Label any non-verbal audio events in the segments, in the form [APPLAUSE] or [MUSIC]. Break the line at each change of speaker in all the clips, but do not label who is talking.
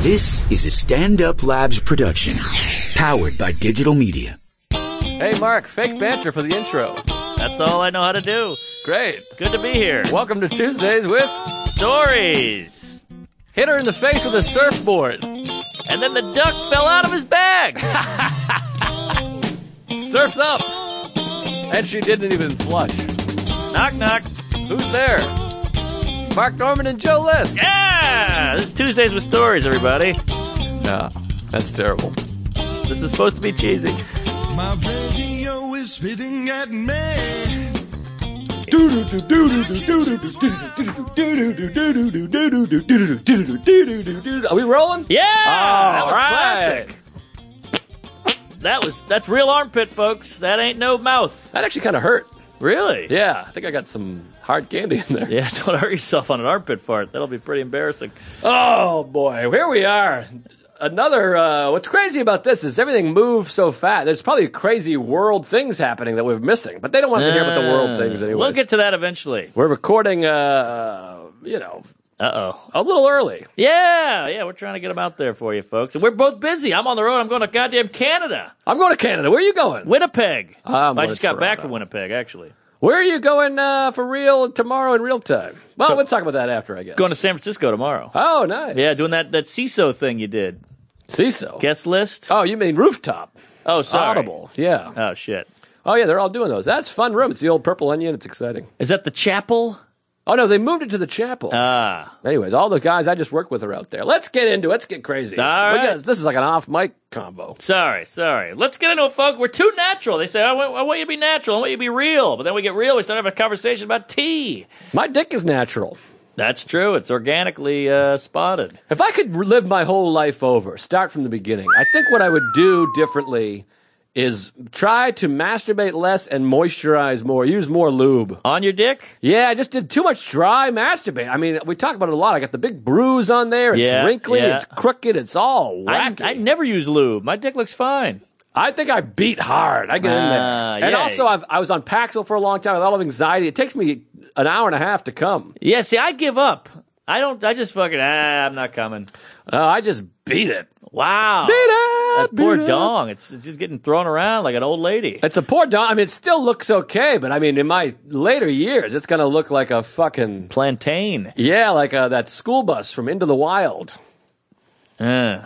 This is a Stand Up Labs production, powered by digital media.
Hey, Mark, fake banter for the intro.
That's all I know how to do.
Great.
Good to be here.
Welcome to Tuesdays with
Stories.
Hit Her in the Face with a Surfboard.
And then the duck fell out of his bag. [LAUGHS]
Surf's up. And she didn't even flush.
knock, knock.
Who's there? Mark Norman and Joe List.
Yeah! This is Tuesdays with Stories, everybody.
No, that's terrible.
This is supposed to be cheesy.
My radio is spitting at me.
Are we rolling?
Yeah! that
All
was
right.
classic. That was, that's real armpit, folks. That ain't no mouth.
That actually kind of hurt.
Really?
Yeah, I think I got some hard candy in there.
Yeah, [LAUGHS] don't hurt yourself on an armpit fart. That'll be pretty embarrassing.
Oh boy, here we are. Another. Uh, what's crazy about this is everything moves so fast. There's probably crazy world things happening that we're missing, but they don't want to hear about the
Uh,
world things anyway.
We'll get to that eventually.
we're recording. Uh, you know,
Uh oh.
a little early.
Yeah, yeah, we're trying to get them out there for you, folks. And we're both busy. I'm on the road. I'm going to goddamn Canada,
I'm going to Canada. Where are you going?
Winnipeg.
I'm
I
going
just
to
got back
Toronto.
from Winnipeg, actually.
Where are you going uh, for real tomorrow in real time? Well, we'll talk about that after, I guess.
Going to San Francisco tomorrow.
oh, nice.
Yeah, doing that that CISO thing you did.
CISO.
Guest list.
oh, you mean rooftop?
Oh, sorry.
Audible. Yeah.
Oh shit.
oh, yeah. They're all doing those. That's fun room. It's the old Purple Onion. It's exciting.
Is that the chapel?
Oh no, they moved it to the chapel.
Ah,
Anyways, all the guys I just worked with are out there. Let's get into it. Let's get crazy.
All
We
right.
got- this is like an off mic combo.
sorry, sorry. Let's get into it, folk. We're too natural. They say I want, I want you to be natural. I want you to be real. But then we get real. We start having a conversation about tea.
My dick is natural.
That's true. It's organically uh, spotted.
If I could live my whole life over, start from the beginning, I think what I would do differently is try to masturbate less and moisturize more, use more lube.
On your dick.
Yeah, I just did too much dry masturbate. I mean, we talk about it a lot. I got the big bruise on there. It's
Yeah,
wrinkly.
yeah.
It's crooked. It's all
I,
wacky.
I never use lube. My dick looks fine.
I think I beat hard. I get in there.
Ah,
And
yeah.
also, I've, I was on Paxil for a long time with a lot of anxiety. It takes me an hour and a half to come.
Yeah, see, I give up. I don't. I just fucking. Ah, I'm not coming.
Uh, I just beat it.
Wow.
Beat it!
That poor
beat it.
dong. It's, it's just getting thrown around like an old lady.
It's a poor dong. I mean, it still looks okay, but I mean, in my later years, it's going to look like a fucking.
Plantain.
Yeah, like uh, that school bus from Into the Wild.
Uh,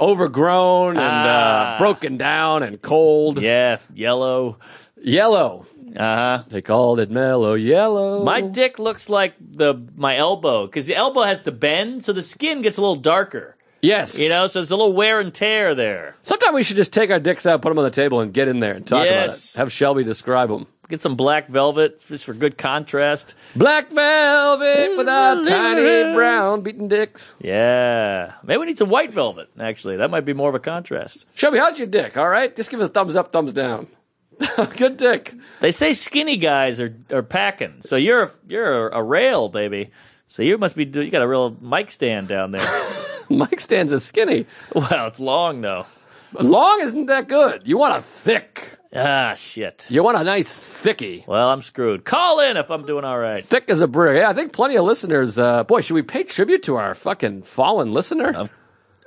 Overgrown and
Ah.
uh, broken down and cold.
yeah, f- yellow.
Yellow.
Uh huh.
They called it mellow yellow.
My dick looks like the my elbow because the elbow has the bend, so the skin gets a little darker.
Yes.
You know, so there's a little wear and tear there.
Sometimes we should just take our dicks out, put them on the table, and get in there and talk
Yes.
about it. Have Shelby describe them.
Get some black velvet just for good contrast.
Black velvet with our tiny brown beaten dicks.
Yeah, maybe we need some white velvet. Actually, that might be more of a contrast.
Shelby, how's your dick? All right, just give us a thumbs up, thumbs down. [LAUGHS] Good dick.
They say skinny guys are are packing. So you're a, you're a, a rail, baby. So you must be do- you got a real mic stand down there.
Mike stands is skinny.
[LAUGHS] wow, it's long though.
Long isn't that good. You want a thick.
Ah, shit.
You want a nice thicky.
Well, I'm screwed. Call in if I'm doing all right.
Thick as a brick. Yeah, I think plenty of listeners. Uh, boy, should we pay tribute to our fucking fallen listener?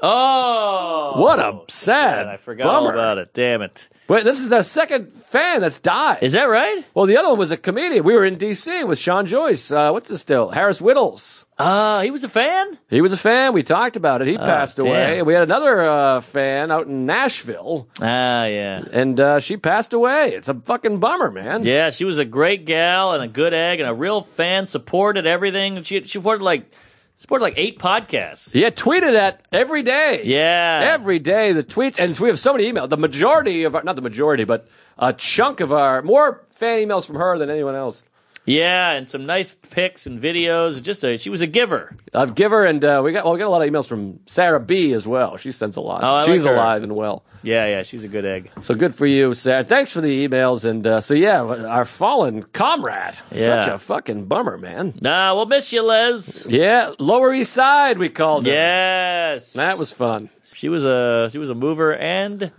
Oh,
what a sad
And I forgot all
bummer.
about it. Damn it.
Wait, this is our second fan that's died.
Is that right?
Well, the other one was a comedian. We were in D.C. with Sean Joyce. Uh, what's his still? Harris Whittles.
Uh, he was a fan.
He was a fan. We talked about it. He passed away.
Oh, damn.
And we had another uh, fan out in Nashville,
Ah, yeah.
and uh, she passed away. It's a fucking bummer, man.
Yeah, she was a great gal and a good egg and a real fan. Supported everything. And She she supported like supported like eight podcasts.
Yeah, tweeted at every day.
Yeah.
Every day, the tweets, and we have so many emails. The majority of our, not the majority, but a chunk of our, more fan emails from her than anyone else.
Yeah, and some nice pics and videos. Just a, she was a giver.
I've give her, and uh, we got, well, we got a lot of emails from Sarah B as well. She sends a lot.
Oh, I
She's
like her.
alive and well.
Yeah, yeah, she's a good egg.
So good for you, Sarah. Thanks for the emails. And uh, so, yeah, our fallen comrade.
Yeah.
Such a fucking bummer, man.
Nah, we'll miss you, Les.
Yeah, Lower East Side, we called it.
Yes,
That was fun.
she was a she was a mover and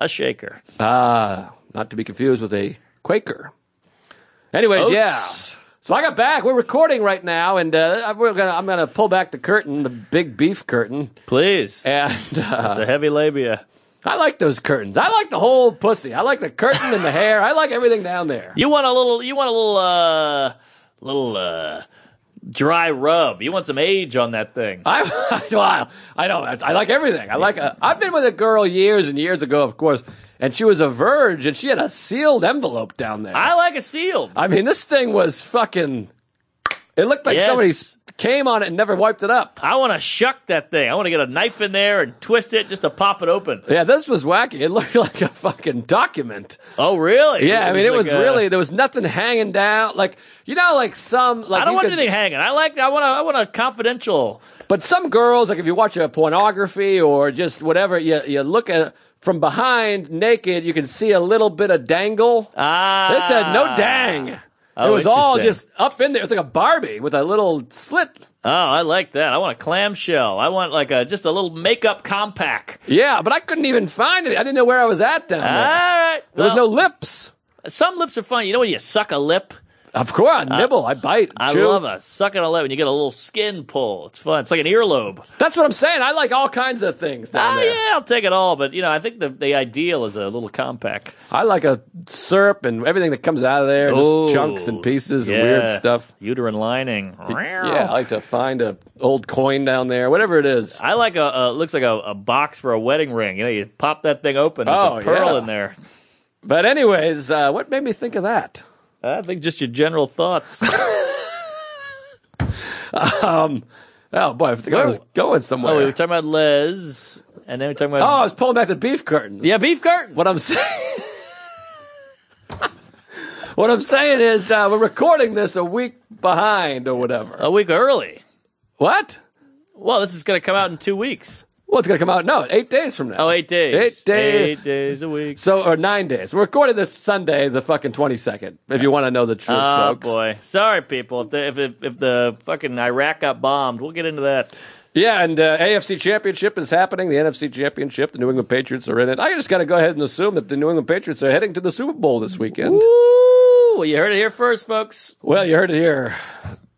a shaker.
Ah, not to be confused with a Quaker. Anyways, yeah.
Oats.
So I got back. We're recording right now, and uh, we're gonna, I'm going to pull back the curtain, the big beef curtain.
Please.
And uh,
It's a heavy labia.
I like those curtains. I like the whole pussy. I like the curtain and the hair. I like everything down there.
You want a little. You want a little. uh Little. uh Dry rub. You want some age on that thing.
[LAUGHS] I wow, I know. I I like everything. I like. i I've been with a girl years and years ago, of course, and she was a verge, and she had a sealed envelope down there. I,
I like a sealed.
mean, this thing was fucking. It looked like
Yes.
somebody s- came on it and never wiped it up.
I want to shuck that thing. I want to get a knife in there and twist it just to pop it open.
Yeah, this was wacky. It looked [LAUGHS] like a fucking document.
Oh, really?
Yeah, I mean, it was
like a-
really there was nothing hanging down. Like you know, like some like
I don't
you
want
could-
anything hanging. I like. I want. A, I want a confidential.
But some girls, like if you watch a pornography or just whatever, you you look at from behind naked, you can see a little bit of dangle.
Ah,
They said no dang. it
Oh,
was all just
interesting.
up in there. It's like a Barbie with a little slit.
Oh, I like that. I want a clamshell. I want like a just a little makeup compact.
Yeah, but I couldn't even find it. I didn't know where I was at down
All
there.
right.
There was no lips.
no. Some lips are fun. You know when you suck a lip.
Of course, I nibble, I bite,
Uh, I
chew.
love a sucking a lip, and you get a little skin pull. It's fun. It's like an earlobe.
That's what I'm saying. I like all kinds of things down
Ah,
there.
yeah, I'll take it all. But you know, I think the the ideal is a little compact.
I like a syrup and everything that comes out of there,
Ooh,
just chunks and pieces and
Oh, yeah.
weird stuff.
Uterine lining. Oh.
Yeah, I like to find a old coin down there, whatever it is.
I like a, a looks like a, a box for a wedding ring. You know, you pop that thing open. There's
Oh,
a pearl
yeah.
in there.
But anyways, uh, what made me think of that?
I think just your general [LAUGHS] thoughts.
Oh boy, I think I was going somewhere.
oh,
Oh,
we were talking about Les, and then we are talking about
I was pulling back the beef curtains.
Oh, yeah, beef curtain.
What I'm [LAUGHS] saying. what I'm saying is uh, we're recording this a week behind or whatever.
A week early.
What?
Well, this is going to come out in two weeks.
Well, it's gonna come out. No, eight days from now.
Oh, eight days.
Eight days.
Eight days a week.
So or nine days. We're recording this Sunday, the fucking twenty second. If you want to know the truth,
Oh
folks.
boy! Sorry, people. If the, if, if if the fucking Iraq got bombed, we'll get into that.
Yeah, and uh, AFC Championship is happening. The NFC Championship, the New England Patriots are in it. I just got to go ahead and assume that the New England Patriots are heading to the Super Bowl this weekend.
Woo! Well, you heard it here first, folks.
Well, you heard it here.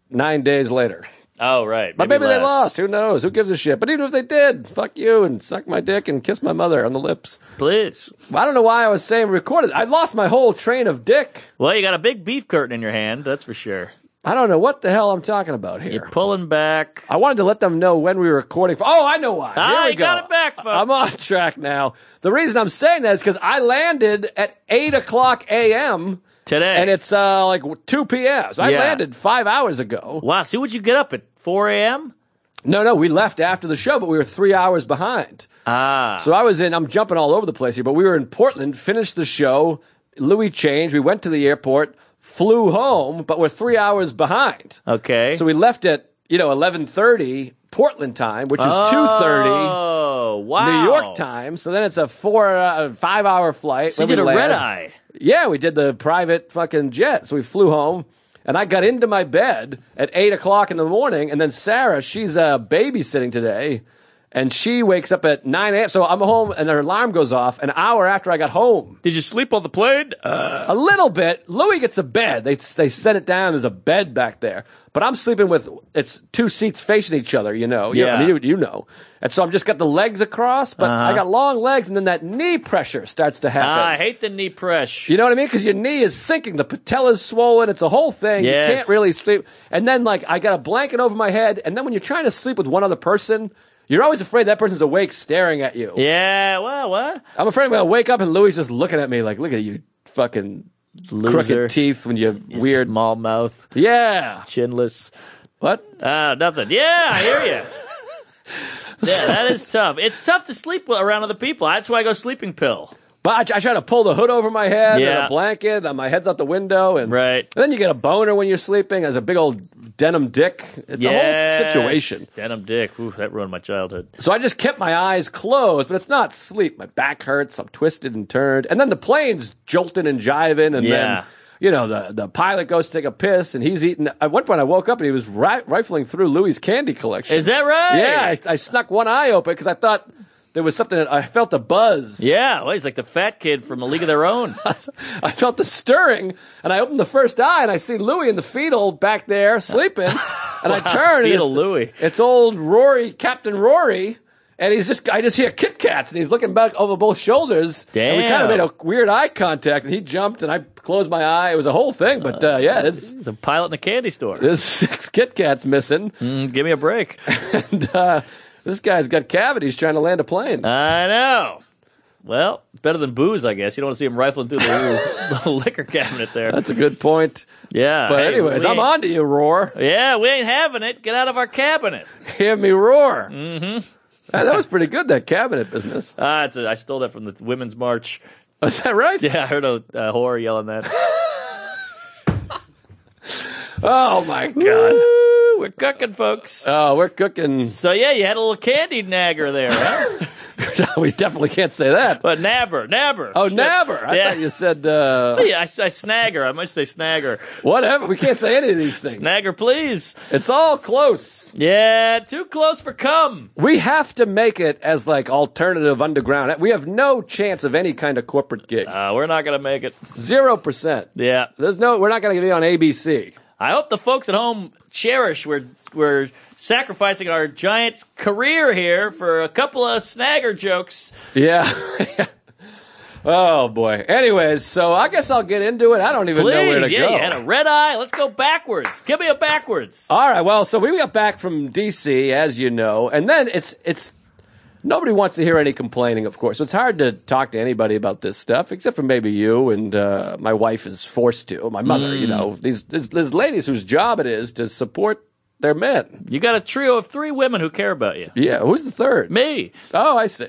Nine days later.
Oh, right.
But maybe they
last.
lost. Who knows? Who gives a shit? But even if they did, fuck you and suck my dick and kiss my mother on the lips.
Please.
I don't know why I was saying recorded. I lost my whole train of dick.
Well, you got a big beef curtain in your hand. That's for sure.
I don't know what the hell I'm talking about
You're
here.
pulling back.
I wanted to let them know when we were recording. Oh, I know why. Here
Ah,
we
you
go.
got it back, folks.
I'm on track now. The reason I'm saying that is because I landed at 8 o'clock a.m.
Today.
and it's uh, like 2 p.m. So I
Yeah.
landed five hours ago.
Wow, see what you get up at 4 a.m.?
No, no, we left after the show, but we were three hours behind.
Ah.
So I was in, I'm jumping all over the place here, but we were in Portland, finished the show. Louis changed. We went to the airport, flew home, but we're three hours
Oh.
behind.
Okay.
So we left at, you know, 11.30 Portland time, which is 2.30.
Oh, wow.
New York time. So then it's a four, uh, five hour flight.
So you
Then
did
we
a
land.
red eye.
Yeah, we did the private fucking jet. So we flew home, and I got into my bed at eight o'clock in the morning. And then Sarah, she's uh, babysitting today, and she wakes up at nine a.m. So I'm home, and her alarm goes off an hour after I got home.
Did you sleep on the plane?
A little bit. Louis gets a bed. They they set it down. There's a bed back there, but I'm sleeping with it's two seats facing each other. You know. You- I mean,
Yeah. Uh-huh.
you, you know. And so I'm just got the legs across, but I got long legs, and then that knee pressure starts to happen.
Ah, I hate the knee press.
You know what I mean? Because your knee is sinking, the patella's swollen. It's a whole thing. You
Yes.
can't really sleep. And then, like, I got a blanket over my head. And then when you're trying to sleep with one other person, you're always afraid that person's awake staring at you.
yeah, well, what?
I'm afraid I'm gonna wake up and Louis is just looking at me like, "Look at you, fucking
Loser.
crooked teeth when you
You
weird."
Small mouth.
Yeah.
Chinless.
What?
Ah, nothing. Yeah, I hear
[LAUGHS]
you. yeah, that is tough. It's tough to sleep around other people. That's why I go sleeping pill.
But I, I try to pull the hood over my head and
Yeah.
a blanket, and my head's out the window, and
Right.
And then you get a boner when you're sleeping as a big old denim dick. It's
Yes.
a whole situation.
Denim dick. Ooh, that ruined my childhood.
So I just kept my eyes closed, but it's not sleep. My back hurts. I'm twisted and turned. And then the plane's jolting and jiving. And
Yeah.
then, you know, the, the pilot goes to take a piss and he's eating. At one point, I woke up and he was ri- rifling through Louis' candy collection.
Is that right?
Yeah, I, I snuck one eye open because I thought there was something that I felt a buzz.
Yeah, well, he's like the fat kid from A League of Their Own.
I felt the stirring, and I opened the first eye, and I see Louie in the fetal back there
[LAUGHS]
sleeping. And I [LAUGHS] turn,
Fetal
and it's,
Louis.
it's old Rory, Captain Rory, and he's just I just hear Kit Kats, and he's looking back over both shoulders. And we
Damn.
kind of made a weird eye contact, and he jumped, and I closed my eye. It was a whole thing, but uh, yeah, there's
He's a pilot in a candy store.
there's six Kit Kats missing,
Mm, give me a
[LAUGHS]
break.
and uh, this guy's got cavities trying to land a plane.
I know. Well, it's better than booze, I guess. You don't want to see him rifling through
[LAUGHS]
the, the liquor cabinet there.
That's a good point.
yeah.
But
hey,
anyways,
we
I'm
ain't-
on to you, Roar.
Yeah, we ain't having it. Get out of our cabinet.
Hear me roar. Mm-hmm. That, that was pretty good, that cabinet business.
Ah, it's a, I stole that from the Women's March. [LAUGHS]
Is that right?
Yeah, I heard a, a whore
[LAUGHS]
yelling that.
Oh, my God.
Woo, we're cooking, folks.
Oh, we're cooking. [LAUGHS]
Uh, So, yeah, you had a little candy nagger there, huh?
we definitely can't say that.
but nabber, nabber.
Oh,
Shit.
never. I
yeah.
thought you said, uh,
[LAUGHS] Yeah, I, I snagger. I must say snagger.
whatever. We can't say any of these things.
Snagger, please.
It's all close.
Yeah, too close for cum.
We have to make it as like alternative underground. We have no chance of any kind of corporate gig.
Uh, we're not gonna make it.
Zero percent.
Yeah,
There's no, we're not going to be on ABC.
I hope the folks at home cherish we're we're sacrificing our Giants' career here for a couple of snagger jokes.
Yeah. [LAUGHS] oh boy. Anyways, so I guess I'll get into it. I don't even know where to
Please, yeah,
go.
you had a red eye. Let's go backwards. Give me a backwards.
All right. Well, so we got back from DC, as you know, and then it's it's nobody wants to hear any complaining, of course. So it's hard to talk to anybody about this stuff, except for maybe you and uh, my wife is forced to. My mother,
Mm.
you know, these these these ladies whose job it is to support their men.
You got a trio of three women who care about you.
Yeah. Who's the third?
Me.
Oh, I see.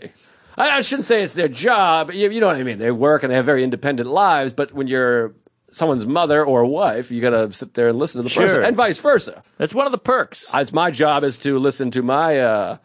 I, I shouldn't say it's their job. You, you know what I mean. They work and they have very independent lives. But when you're someone's mother or wife, you got to sit there and listen to the person,
Sure.
and vice versa.
That's one of the perks.
It's my job is to listen to my uh,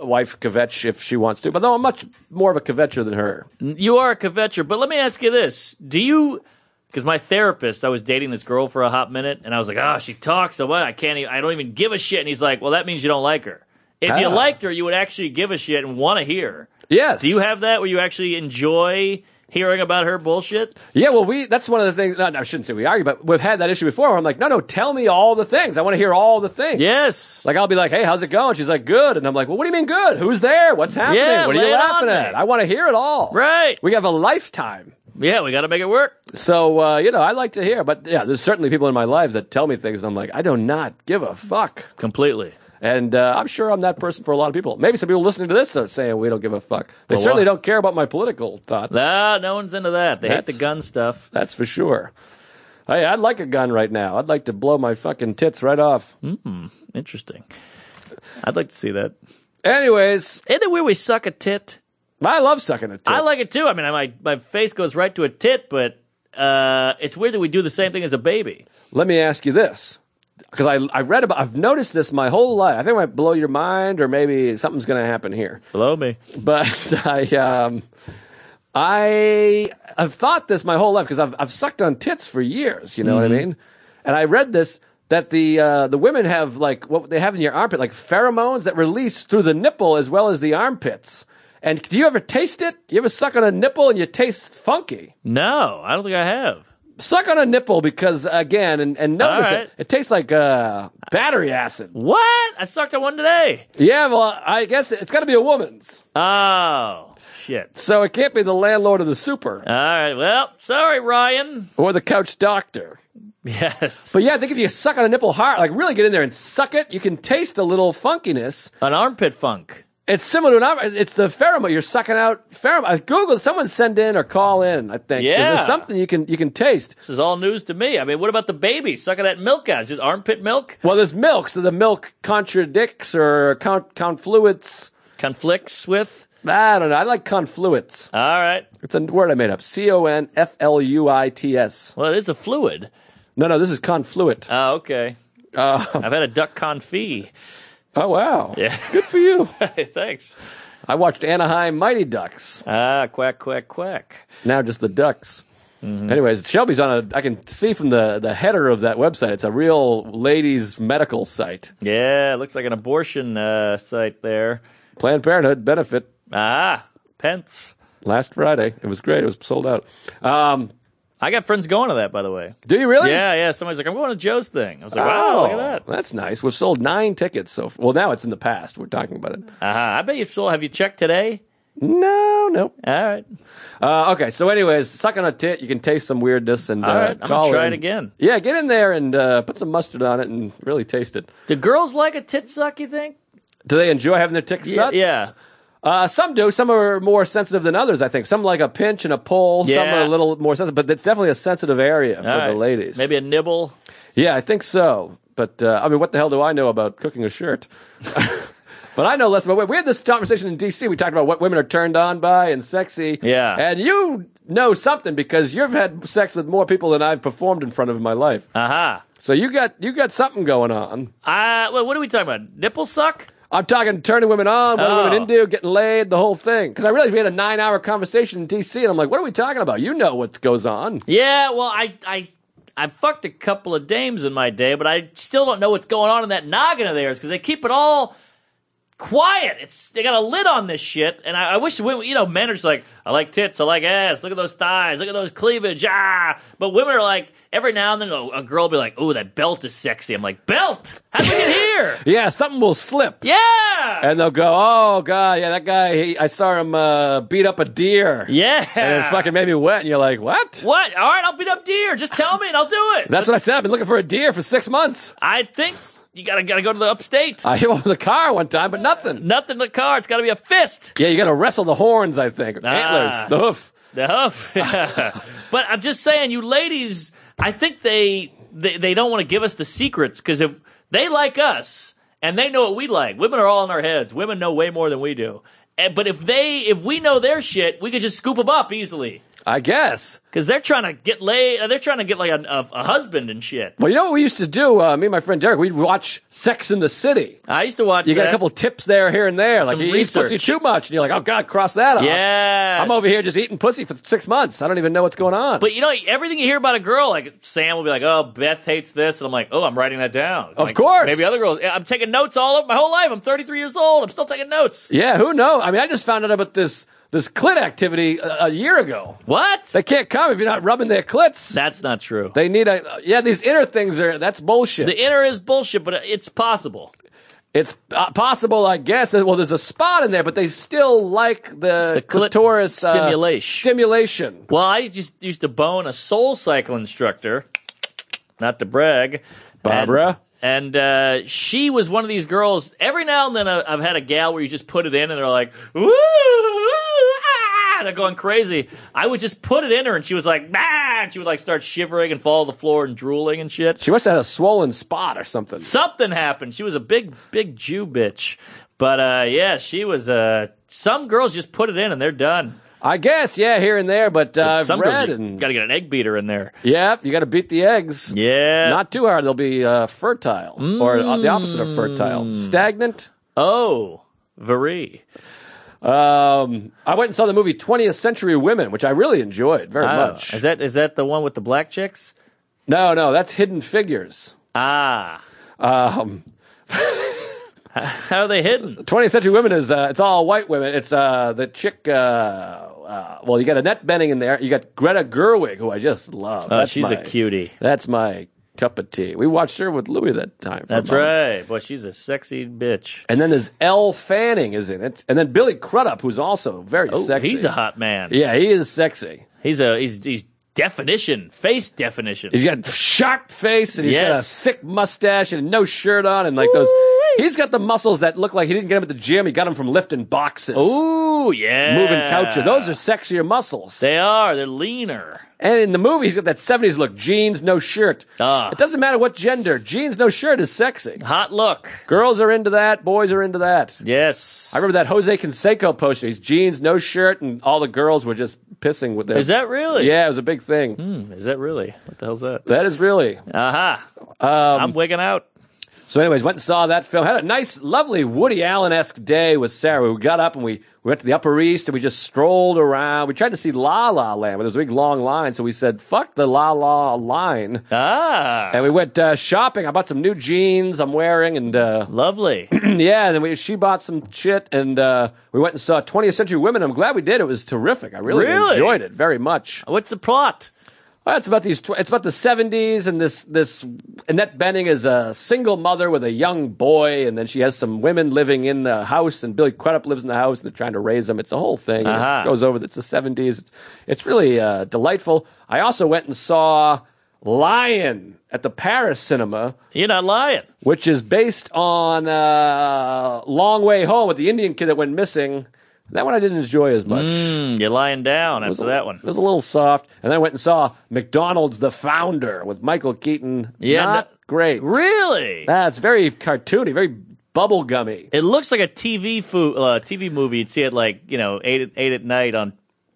wife Kvetch if she wants to. But no, I'm much more of a Kvetcher than her.
You are a kvetcher, but let me ask you this: Do you? Because my therapist, I was dating this girl for a hot minute, and I was like, "Oh, she talks so much, I can't. Even, I don't even give a shit." And he's like, "Well, that means you don't like her. If you
Ah.
liked her, you would actually give a shit and want to hear."
Yes.
Do you have that where you actually enjoy hearing about her bullshit?
Yeah. Well, we. That's one of the things. No, no, I shouldn't say we argue, but we've had that issue before. Where I'm like, no, no, tell me all the things. I want to hear all the things.
Yes.
Like I'll be like, "Hey, how's it going?" She's like, "Good," and I'm like, "Well, what do you mean good? Who's there? What's happening?
Yeah,
what are
lay
you
it on
laughing
me.
at? I want to hear it all."
right?
We have a lifetime,
yeah, we got to make it work.
so uh, you know I like to hear. But yeah, there's certainly people in my lives that tell me things, and I'm like, I do not give a fuck.
Completely.
And uh, I'm sure I'm that person for a lot of people. Maybe some people listening to this are saying we don't give a fuck. They
Well,
certainly
what?
don't care about my political thoughts.
Ah, no one's into that. They hate
That's-
the gun stuff.
That's for sure. Hey, I'd like a gun right now. I'd like to blow my fucking tits right off.
Interesting. I'd like to see that.
Anyways,
Isn't it weird we suck a tit?
I love sucking a tit.
I like it too. I mean, I, my my face goes right to a tit, but uh, it's weird that we do the same thing as a baby.
Let me ask you this. Because I, I read about, I've noticed this my whole life. I think I might blow your mind, or maybe something's going to happen here.
Blow me.
But [LAUGHS] I, um, I, I've thought this my whole life because I've, I've sucked on tits for years. You know what I mean? And I read this that the uh, the women have like what they have in your armpit, like pheromones that release through the nipple as well as the armpits. And do you ever taste it? You ever suck on a nipple and you taste funky?
No, I don't think I have.
suck on a nipple because again and, and notice
All right.
it it tastes like uh, battery acid
What? I sucked on one today.
yeah well i guess it's got to be a woman's
Oh shit.
so it can't be the landlord of the super
All right. Well, sorry, Ryan. [LAUGHS]
or the couch doctor
Yes.
but yeah i think if you suck on a nipple hard like really get in there and suck it you can taste a little funkiness
an armpit funk.
it's similar to an ar- it's the pheromone you're sucking out pheromone google someone send in or call in i think 'cause
Yeah.
there's something you can you can taste
This is all news to me. I mean, what about the baby sucking that milk out? It's just armpit milk
well there's milk so the milk contradicts or con- confluits
conflicts with.
i don't know i like confluits
All right.
It's a word I made up. C O N F L U I T S.
Well, it is a fluid.
No, no, this is confluent.
Oh, okay. I've had a duck confit. [LAUGHS]
Oh wow.
Uh, Yeah.
Good for you.
Hey, thanks.
I watched Anaheim Mighty Ducks.
Ah, quack, quack, quack.
Now just the Ducks.
Mm-hmm.
Anyways, Shelby's on a. I can see from the the header of that website. It's a real ladies' medical site.
Yeah, it looks like an abortion uh, site there.
Planned Parenthood benefit
Ah, Pence.
last Friday. It was great. It was sold out. Um,
I got friends going to that, by the way.
do you really?
Yeah, yeah. Somebody's like, I'm going to Joe's thing. I was like, wow,
Oh,
look at that.
That's nice. We've sold nine tickets. So well, now it's in the past. We're talking about it.
Uh-huh. I bet you've still, have you checked today?
No, no.
All right.
Uh, okay. So, anyways, suck on a tit. You can taste some weirdness. And
All
uh,
right. I'm going
call
to try
in.
it again.
Yeah, get in there and uh, put some mustard on it and really taste it.
Do girls like a tit suck, you think?
Do they enjoy having their ticks
Yeah.
sucked?
yeah.
Uh, some do. Some are more sensitive than others. I think some like a pinch and a pull. Some
Yeah.
are a little more sensitive, but it's definitely a sensitive area for
All
the
right.
ladies.
Maybe a nibble.
Yeah, I think so. But uh, I mean, what the hell do I know about cooking a shirt? [LAUGHS] but I know less about. women. We had this conversation in D.C. We talked about what women are turned on by and sexy.
Yeah.
and you know something because you've had sex with more people than I've performed in front of in my life.
Uh-huh.
So you got you got something going on.
Uh, wait, what are we talking about? Nipple suck?
I'm talking turning women on, what
Oh.
are women into, getting laid, the whole thing. Because I realized we had a nine hour conversation in D.C. and I'm like, what are we talking about? You know what goes on.
Yeah, well, I, I, I fucked a couple of dames in my day, but I still don't know what's going on in that noggin of theirs because they keep it all quiet. It's they got a lid on this shit, and I, I wish women, you know, men are just like, I like tits, I like ass, look at those thighs, look at those cleavage, ah. But women are like, every now and then a, a girl will be like, oh, that belt is sexy. I'm like, belt? How did we
[LAUGHS]
get here?
Yeah, something will slip.
yeah,
And they'll go, oh, God, yeah, that guy, he, I saw him uh, beat up a deer.
yeah.
And it fucking made me wet. And you're like, what?
what? All right, I'll beat up deer. Just tell me, and I'll do it.
That's what I said. I've been looking for a deer for six months. [LAUGHS]
I think s- you gotta gotta go to the upstate.
I hit one with a car one time, but nothing.
Nothing but car. It's got to be a fist.
Yeah, you got to wrestle the horns, I think.
Ah.
Antlers, the hoof.
The hoof. [LAUGHS] but I'm just saying, you ladies, I think they they, they don't want to give us the secrets because if they like us and they know what we like, women are all in our heads. Women know way more than we do. And, but if they if we know their shit, we could just scoop them up easily
I guess.
because they're trying to get laid. They're trying to get like a, a, a husband and shit.
Well, you know what we used to do? Uh, me and my friend Derek, we'd watch Sex in the City.
I used to watch.
You got
that.
a couple tips there, here and there. Like
Some
you eat pussy
research.
too much, and you're like, oh god, cross that off.
Yes.
I'm over here just eating pussy for six months. I don't even know what's going on.
But you know, everything you hear about a girl, like Sam will be like, "Oh, Beth hates this," and I'm like, "Oh, I'm writing that down."
Of
Like,
course.
Maybe other girls. I'm taking notes all over my whole life. I'm 33 years old. I'm still taking notes.
yeah, who knows? I mean, I just found out about this this clit activity a, a year ago.
What?
They can't come if you're not rubbing their clits.
That's not true.
they need a yeah. These inner things are that's bullshit.
the inner is bullshit, but it's possible.
it's uh, possible, I guess. that- Well, there's a spot in there, but they still like the,
The clit
clitoris uh,
stimulation.
stimulation.
Well, I just used to bone a soul cycle instructor, not to brag,
Barbara?
And, and uh, she was one of these girls. Every now and then, I- I've had a gal where you just put it in, and they're like, "Ooh, ooh, ah," they're going crazy." I would just put it in her, and she was like, "Ah!" And she would like start shivering and fall to the floor and drooling and shit.
She must have had a swollen spot or something.
Something happened. She was a big, big Jew bitch. But uh, yeah, she was. Uh, some girls just put it in, and they're done.
I guess, yeah, here and there, but uh, I've
Some
read
girls,
and
got to get an egg beater in there.
yeah, you got to beat the eggs.
Yeah.
Not too hard; they'll be uh, fertile, or uh, the opposite of fertile,
Mm.
stagnant.
Oh, very.
Um, I went and saw the movie "20th Century Women," which I really enjoyed very much.
Oh, Ah, Is that is that the one with the black chicks?
no, no, that's Hidden Figures.
Ah,
Um,
how are
[LAUGHS]
they hidden?
20th Century Women is uh, it's all white women. It's uh, the chick. Uh, uh, well, you got Annette Benning in there. You got Greta Gerwig, who I just love.
Oh,
That's
she's
my-
a cutie.
That's my cup of tea. We watched her with Louis that time. for
That's
Mom.
right. Boy, she's a sexy bitch.
And then there's Elle Fanning is in it, and then Billy Crudup, who's also very
Oh,
sexy.
he's a hot man.
yeah, he is sexy.
He's a he's he's definition, face definition.
He's got a sharp face, and he's got a
Yes.
thick mustache, and no shirt on, and like those. He's got the muscles that look like he didn't get them at the gym. He got them from lifting boxes,
Ooh, yeah.
moving couches. Those are sexier muscles.
they are. They're leaner.
and in the movie, he's got that '70s look: jeans, no shirt.
Ah.
It doesn't matter what gender. Jeans, no shirt is sexy.
Hot look.
Girls are into that. Boys are into that.
Yes.
I remember that Jose Canseco poster. He's jeans, no shirt, and all the girls were just pissing with their.
Is that really?
Yeah, it was a big thing.
Hmm, Is that really? What the hell's that?
That is really.
Aha. Uh-huh. I'm wigging out.
So, anyways, went and saw that film. Had a nice, lovely Woody Allen esque day with Sarah. We got up and we, we went to the Upper East and we just strolled around. We tried to see La La Land, but there was a big long line. So we said, fuck the La La line.
Ah,
And we went uh, shopping. I bought some new jeans I'm wearing and uh, [CLEARS THROAT]
lovely.
yeah, and then we, she bought some shit and uh, we went and saw 20th Century Women. I'm glad we did. It was terrific. I really,
Really?
enjoyed it very much.
What's the plot?
Well, it's about these. Tw- it's about the seventies, and this this Annette Benning is a single mother with a young boy, and then she has some women living in the house, and Billy Crudup lives in the house, and they're trying to raise them. It's a whole thing. and
Uh-huh.
It goes over. It's the seventies. It's it's really uh, delightful. I also went and saw Lion at the Paris Cinema,
You're not lying.
which is based on uh, Long Way Home with the Indian kid that went missing. That one I didn't enjoy as much.
Mm, you're lying down
It was
after
a-
that one.
It was a little soft. And then I went and saw McDonald's The Founder with Michael Keaton.
Yeah,
Not
no-
great.
Really?
That's very cartoony, very bubblegummy.
It looks like a TV foo- uh, TV movie. You'd see it like you know eight at, eight at night on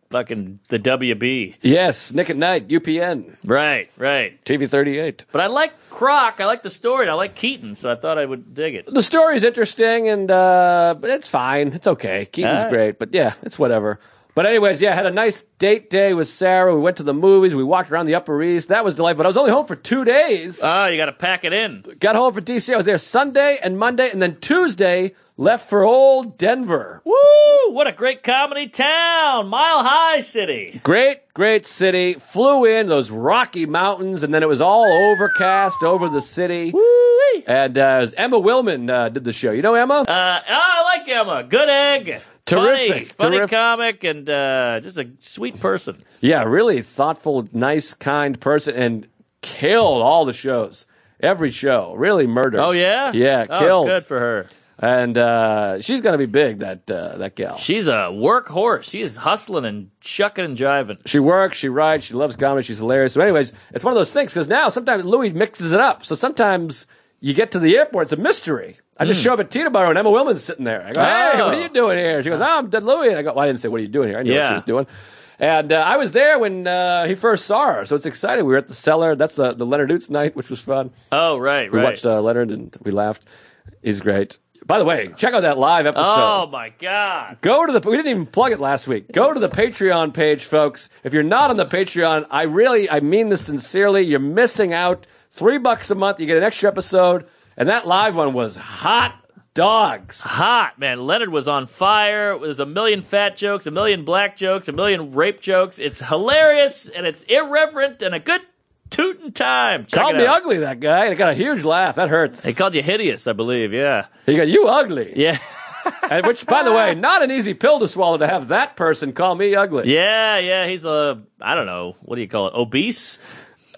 fucking the WB.
Yes, Nick at Night, UPN,
Right, right.
TV 38.
But I like Croc. I like the story. and I like Keaton. So I thought I would dig it.
The story's interesting and uh, but it's fine. It's okay. Keaton's
All right.
great, but yeah, it's whatever. But anyways, yeah, I had a nice date day with Sarah. We went to the movies. We walked around the Upper East. That was delightful. But I was only home for two days.
Oh, you got to pack it in.
Got home for DC. I was there Sunday and Monday, and then Tuesday left for old Denver.
Woo! What a great comedy town, Mile High City.
Great, great city. Flew in those Rocky Mountains, and then it was all overcast over the city.
Woo-wee.
And uh, it was Emma Willman uh, did the show. You know Emma?
Uh, I like Emma. Good egg. Funny,
Terrific,
funny
terrific.
comic, and uh, just a sweet person.
yeah, really thoughtful, nice, kind person, and killed all the shows. Every show, really murdered.
Oh yeah,
yeah,
Oh,
killed.
Good for her.
And uh, she's gonna be big. That uh, that gal.
She's a workhorse. She is hustling and shucking and jiving.
She works, she writes, she loves comedy, she's hilarious. So, anyways, it's one of those things because now sometimes Louis mixes it up. So sometimes you get to the airport, it's a mystery. I just show up at Teterboro and Emma Willman's sitting there. I go, hey,
Hmm. Oh.
what are you doing here? She goes, oh, I'm Dead Louis. And I go, well, I didn't say, what are you doing here? I knew what
Yeah.
she was doing. And uh, I was there when uh, he first saw her, so it's exciting. We were at the cellar. That's the, the Leonard Oots night, which was fun.
Oh right,
We
right.
watched uh, Leonard and we laughed. He's great. By the way, check out that live episode.
oh my god.
Go to the. We didn't even plug it last week. Go to the Patreon page, folks. If you're not on the Patreon, I really, I mean this sincerely. You're missing out. Three bucks a month, you get an extra episode, and that live one was hot dogs.
hot, man. Leonard was on fire. There's a million fat jokes, a million black jokes, a million rape jokes. It's hilarious and it's irreverent and a good tootin' time. Check
Called
it
me
out.
ugly, that guy, and it got a huge laugh. That hurts.
They called you hideous, I believe. Yeah,
He got you ugly,
[LAUGHS] yeah,
and which, by the way, not an easy pill to swallow to have that person call me ugly.
yeah, yeah. He's a I don't know what do you call it? Obese.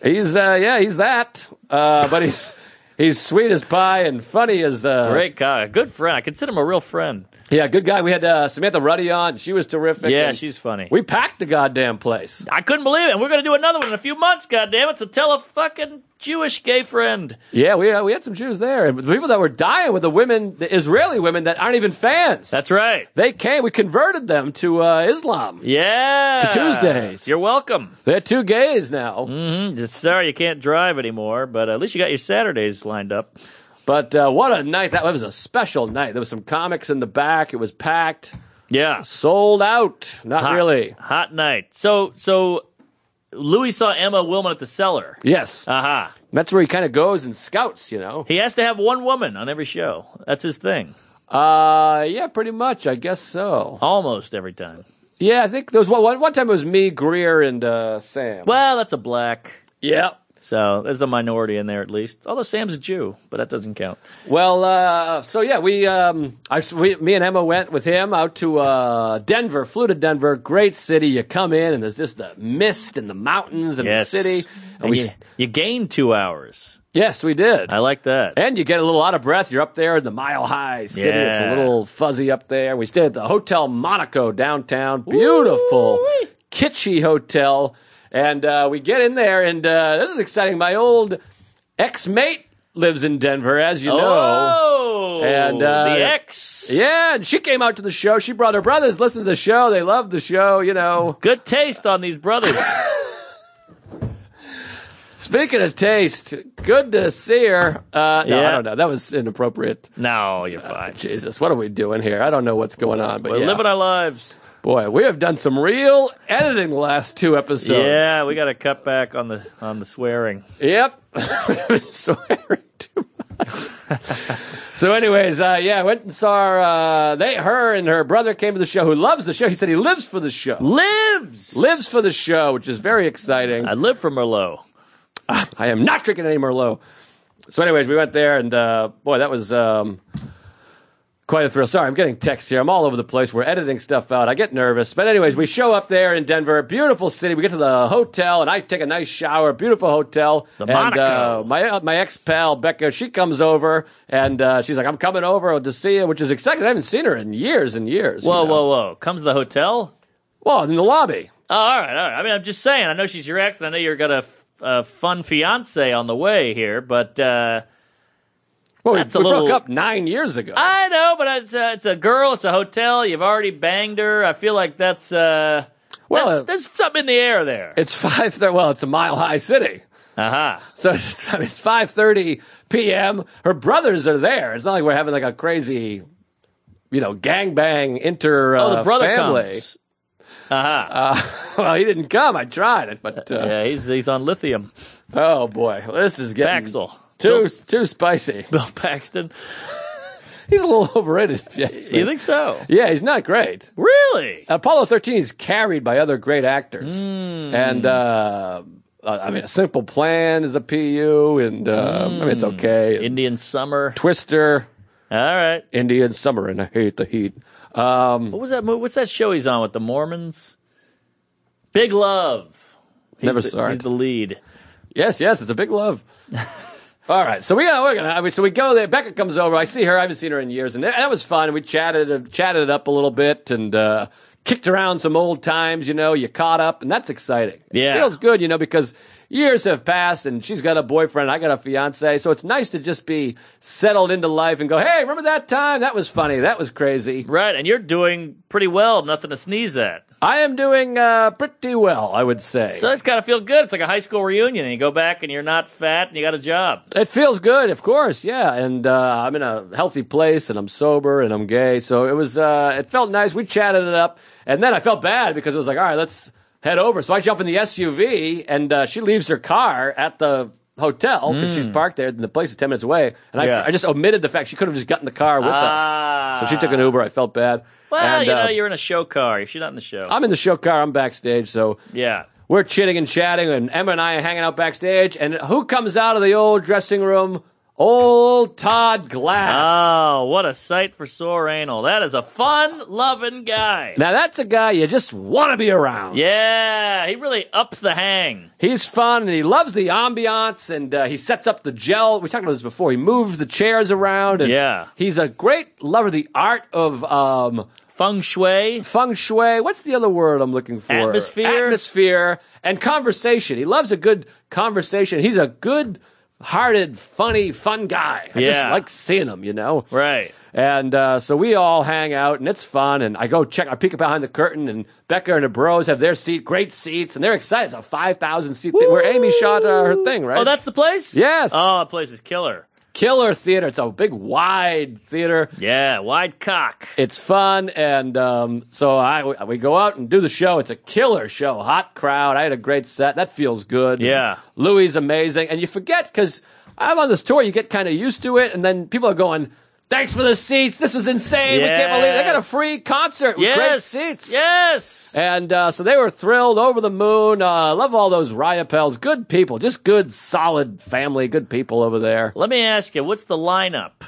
He's, uh, yeah, he's that, uh, but he's he's sweet as pie and funny as uh,
Great guy, good friend. I consider him a real friend.
Yeah, good guy. We had uh, Samantha Ruddy on. She was terrific.
Yeah,
and
she's funny.
We packed the goddamn place.
I couldn't believe it. And we're gonna do another one in a few months. God damn it! So tell a fucking Jewish gay friend.
Yeah, we uh, we had some Jews there, and the people that were dying with the women, the Israeli women that aren't even fans.
That's right.
they came. We converted them to uh, Islam.
Yeah,
To Tuesdays.
You're welcome.
They're two gays now.
Mm, Sorry you can't drive anymore, but at least you got your Saturdays lined up.
But uh, what a night! That was a special night. There was some comics in the back. It was packed,
Yeah,
sold out. Not really.
hot night. So so, Louis saw Emma Wilman at the cellar.
Yes,
Aha!
that's where he kind of goes and scouts. You know.
He has to have one woman on every show. That's his thing,
Uh, yeah, pretty much. I guess so.
almost every time.
Yeah, I think there was one, one, one time it was me, Greer, and uh, Sam.
Well, that's a black.
Yeah.
So there's a minority in there at least. Although Sam's a Jew, but that doesn't count.
Well, uh, so yeah, we, um, I, we, me and Emma went with him out to uh, Denver, flew to Denver, great city. You come in and there's just the mist and the mountains and
Yes,
the city.
And
we,
you, you gain two hours.
yes, we did.
I like that.
and you get a little out of breath. You're up there in the mile high city. It's a
Yeah.
little fuzzy up there. We stayed at the Hotel Monaco downtown. Beautiful,
Ooh-wee.
kitschy hotel. And uh, we get in there, and uh, this is exciting. My old ex mate lives in Denver, as you know.
oh,
And, uh,
the X.
Yeah, and she came out to the show. She brought her brothers, listened to the show. They loved the show, you know.
Good taste on these brothers.
Speaking of taste, good to see her. Uh, no, I
Yeah.
don't know. That was inappropriate.
[LAUGHS] No, you're fine.
Jesus, what are we doing here? I don't know what's going on, but
We're
yeah.
living our lives.
boy, we have done some real editing the last two episodes.
yeah, we got to cut back on the on the swearing.
Yep. [LAUGHS] I've been swearing too much. [LAUGHS] so, anyways, uh, yeah, I went and saw her, uh, they, her and her brother came to the show who loves the show. He said he lives for the show.
Lives.
lives for the show, which is very exciting.
I live for Merlot.
I am not drinking any Merlot. So, anyways, we went there, and uh, boy, that was um, quite a thrill. Sorry, I'm getting texts here. I'm all over the place. We're editing stuff out. I get nervous. But, anyways, we show up there in Denver, beautiful city. We get to the hotel, and I take a nice shower, beautiful hotel.
The
and uh,
Monaco.
my uh, my ex pal Becca, she comes over, and uh, she's like, "I'm coming over to see you," which is exciting. I haven't seen her in years and years.
Whoa,
you know.
whoa, whoa! Comes the hotel.
Well, in the lobby.
Oh, all right, all right. I mean, I'm just saying. I know she's your ex, and I know you're got a, f- a fun fiance on the way here, but uh,
Well, we,
That's a
we broke
little-
up nine years ago.
I know. But it's a, it's a girl. It's a hotel. You've already banged her. I feel like that's uh,
Well,
that's-
uh,
there's something in the air there.
it's five. thir- Well, it's a mile high city.
Uh-huh.
So [LAUGHS] it's, I mean, it's 5:30 p.m. Her brothers are there. It's not like we're having like a crazy, you know, gangbang inter
Oh,
uh,
the brother
family.
comes. Uh-huh.
[LAUGHS] Well, he didn't come. I tried it, but uh,
yeah, he's he's on lithium.
oh boy, this is getting [LAUGHS]
Paxil.
too too spicy. [LAUGHS]
Bill Paxton.
He's a little overrated. [LAUGHS] if you ask me.
You think so?
Yeah, he's not great.
Really?
Apollo 13 is carried by other great actors,
Hmm.
and uh, uh, I mean, A Simple Plan is a PU, and uh, I mean, it's
Hmm.
okay.
Indian summer.
Twister,
All right.
Indian Summer, and I hate the heat. Um,
What was that movie? What's that show he's on with the Mormons? Big Love. He's
Never
the,
saw
He's
it.
the lead.
Yes, yes, it's a big
[LAUGHS]
love. All right, so we uh, we're gonna I mean, so we go there. Becca comes over. I see her. I haven't seen her in years, and that, that was fun. We chatted uh, chatted it up a little bit and uh, kicked around some old times. You know, you caught up, and that's exciting.
Yeah.
it feels good. You know, because years have passed, and she's got a boyfriend. I got a fiance, so it's nice to just be settled into life and go. Hey, remember that time? That was funny. That was crazy.
Right, and you're doing pretty well. Nothing to sneeze at.
I am doing uh, pretty well, I would say.
So it's got to feel good. It's like a high school reunion, and you go back, and you're not fat, and you got a job.
It feels good, of course, yeah. And uh, I'm in a healthy place, and I'm sober, and I'm gay. So it was, uh, it felt nice. We chatted it up, and then I felt bad because it was like, all right, let's head over. So I jump in the SUV, and uh, she leaves her car at the hotel because she's parked there, and the place is ten minutes away. And
Hmm. Yeah.
I, I just omitted the fact she could have just gotten the car with
Ah.
us. So she took an Uber. I felt bad.
Well,
And,
you know,
uh, Oh,
you're in a show car. You're not in the show.
I'm in the show car. I'm backstage, so
yeah.
we're chitting and chatting, and Emma and I are hanging out backstage. And who comes out of the old dressing room? Old Todd Glass.
Oh, what a sight for sore anal. That is a fun, loving guy.
now that's a guy you just want to be around.
Yeah, he really ups the hang.
He's fun and he loves the ambiance and uh, he sets up the gel. We talked about this before. He moves the chairs around. And
Yeah.
He's a great lover of the art of um,
Feng shui.
feng shui. What's the other word I'm looking for?
Atmosphere?
Atmosphere and conversation. He loves a good conversation. He's a good hearted, funny, fun guy. I just
Yeah.
like seeing him, you know?
Right.
And uh, so we all hang out and it's fun. And I go check, I peek behind the curtain, and Becca and the bros have their seat, great seats, and they're excited. It's a 5,000 seat thing where Amy shot uh, her thing, right?
Oh, that's the place?
Yes.
Oh, the place is killer.
killer theater. It's a big, wide theater.
Yeah, wide cock.
it's fun and um, so I we go out and do the show. It's a killer show, hot crowd. I had a great set. That feels good.
Yeah.
Louis is amazing, and you forget because I'm on this tour. You get kind of used to it, and then people are going, "Thanks for the seats. This was insane. We can't believe it. they got a
Yes.
free concert with great
Yes.
seats."
Yes.
And uh, so they were thrilled, over the moon. Uh, I love all those Ryapels. Good people, just good, solid family, good people over there.
Let me ask you, what's the lineup?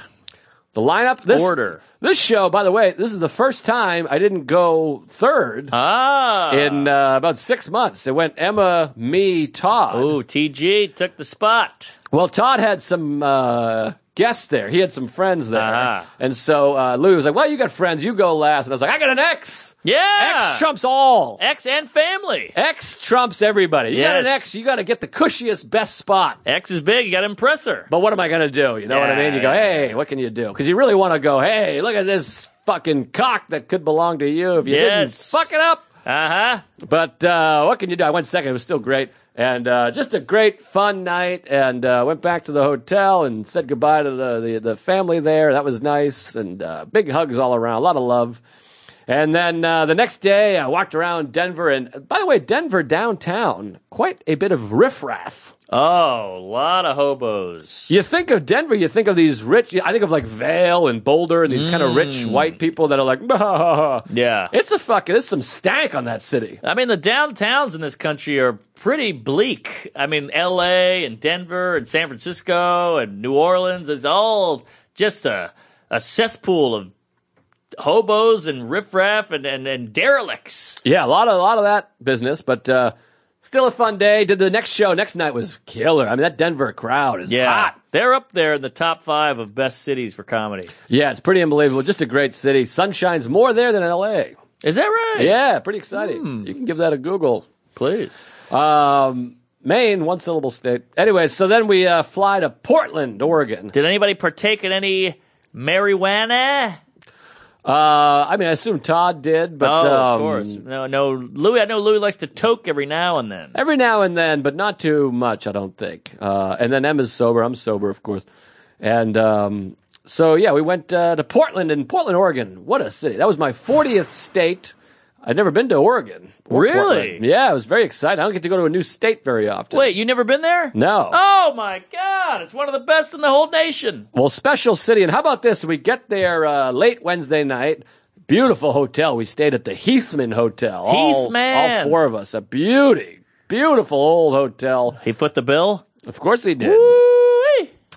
The lineup, this,
Order.
This show, by the way, this is the first time I didn't go third
Ah.
in uh, about six months. It went Emma, me, Todd.
Ooh, TG took the spot.
Well, Todd had some uh, guests there. He had some friends there,
Uh-huh.
and so uh, Louis was like, "Well, you got friends, you go last." And I was like, "I got an X.
Yeah.
X trumps all.
X and family.
X trumps everybody. You got an
Yes.
X, you got to get the cushiest, best spot."
X is big. You got to impress her.
But what am I going to do? You know what I
Yeah,
mean? You go,
yeah,
hey, what can you do? Because you really want to go, hey, look at this fucking cock that could belong to you if you
Yes.
didn't fuck it up.
Uh huh.
But uh, what can you do? I went second. It was still great. And uh, just a great, fun night. And uh, went back to the hotel and said goodbye to the, the, the family there. That was nice. And uh, big hugs all around, a lot of love. And then uh, the next day, I walked around Denver. And by the way, Denver downtown, quite a bit of riffraff.
Oh, a lot of hobos.
You think of Denver, you think of these rich, I think of like Vale and Boulder and these kind of rich white people that are like,
Mm.
[LAUGHS]
Yeah.
It's a fucking, there's some stank on that city.
I mean, the downtowns in this country are pretty bleak. I mean, L.A. and Denver and San Francisco and New Orleans, it's all just a, a cesspool of hobos and riffraff and, and, and derelicts.
Yeah, a lot of a lot of that business, but uh, still a fun day. Did the next show next night was killer. I mean, that Denver crowd is hot.
They're up there in the top five of best cities for comedy.
Yeah, it's pretty unbelievable. Just a great city. Sun shines more there than in L.A.
Is that right?
Yeah, pretty exciting.
Hmm.
You can give that a Google.
Please.
Um, Maine, one syllable state. Anyway, so then we uh, fly to Portland, Oregon.
Did anybody partake in any marijuana?
Uh, I mean, I assume Todd did, but
oh, of
um,
course. No, no. Louis, I know Louis likes to toke every now and then.
Every now and then, but not too much, I don't think. Uh, and then Emma's sober. I'm sober, of course. And um, so, yeah, we went uh, to Portland in Portland, Oregon. What a city. That was my 40th state. I'd never been to Oregon. or
Really?
Portland. Yeah, I was very excited. I don't get to go to a new state very often.
Wait, you never been there?
No.
Oh my God! It's one of the best in the whole nation.
Well, special city. And how about this? We get there uh, late Wednesday night. Beautiful hotel. We stayed at the Heathman Hotel. All-
Heathman.
all four of us. A beauty. Beautiful old hotel.
He foot the bill.
Of course he did.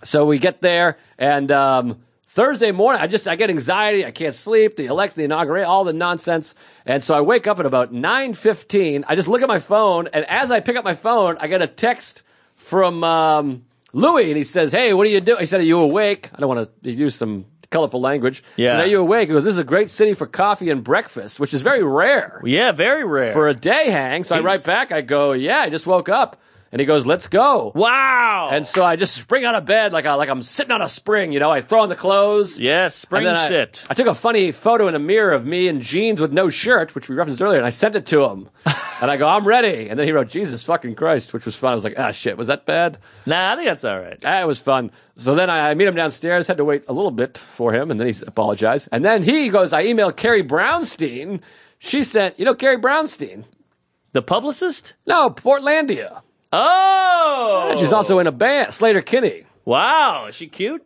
So we get there, and um, Thursday morning, I just I get anxiety, I can't sleep. The elect, the inauguration, all the nonsense, and so I wake up at about nine fifteen. I just look at my phone, and as I pick up my phone, I get a text from um, Louis, and he says, "Hey, what are you doing?" He said, "Are you awake?" I don't want to use some colorful language.
Yeah.
So now you awake? He goes, "This is a great city for coffee and breakfast, which is very rare."
Yeah, very rare.
For a day hang, so I write back. I go, yeah, I just woke up, and he goes, "Let's go."
wow.
And so I just spring out of bed like I, like I'm sitting on a spring, you know. I throw on the clothes.
yes, spring
and then I,
sit.
I took a funny photo in the mirror of me in jeans with no shirt, which we referenced earlier, and I sent it to him. and I go, I'm ready. And then he wrote, Jesus fucking Christ, which was fun. I was like, ah, shit, was that bad?
nah, I think that's all right.
That was fun. So then I, I meet him downstairs, had to wait a little bit for him, and then he apologized. And then he goes, I emailed Carrie Brownstein. She sent, you know, Carrie Brownstein?
The publicist?
No, Portlandia.
Oh,
She's also in a band, Slater Kinney.
wow. Is she cute?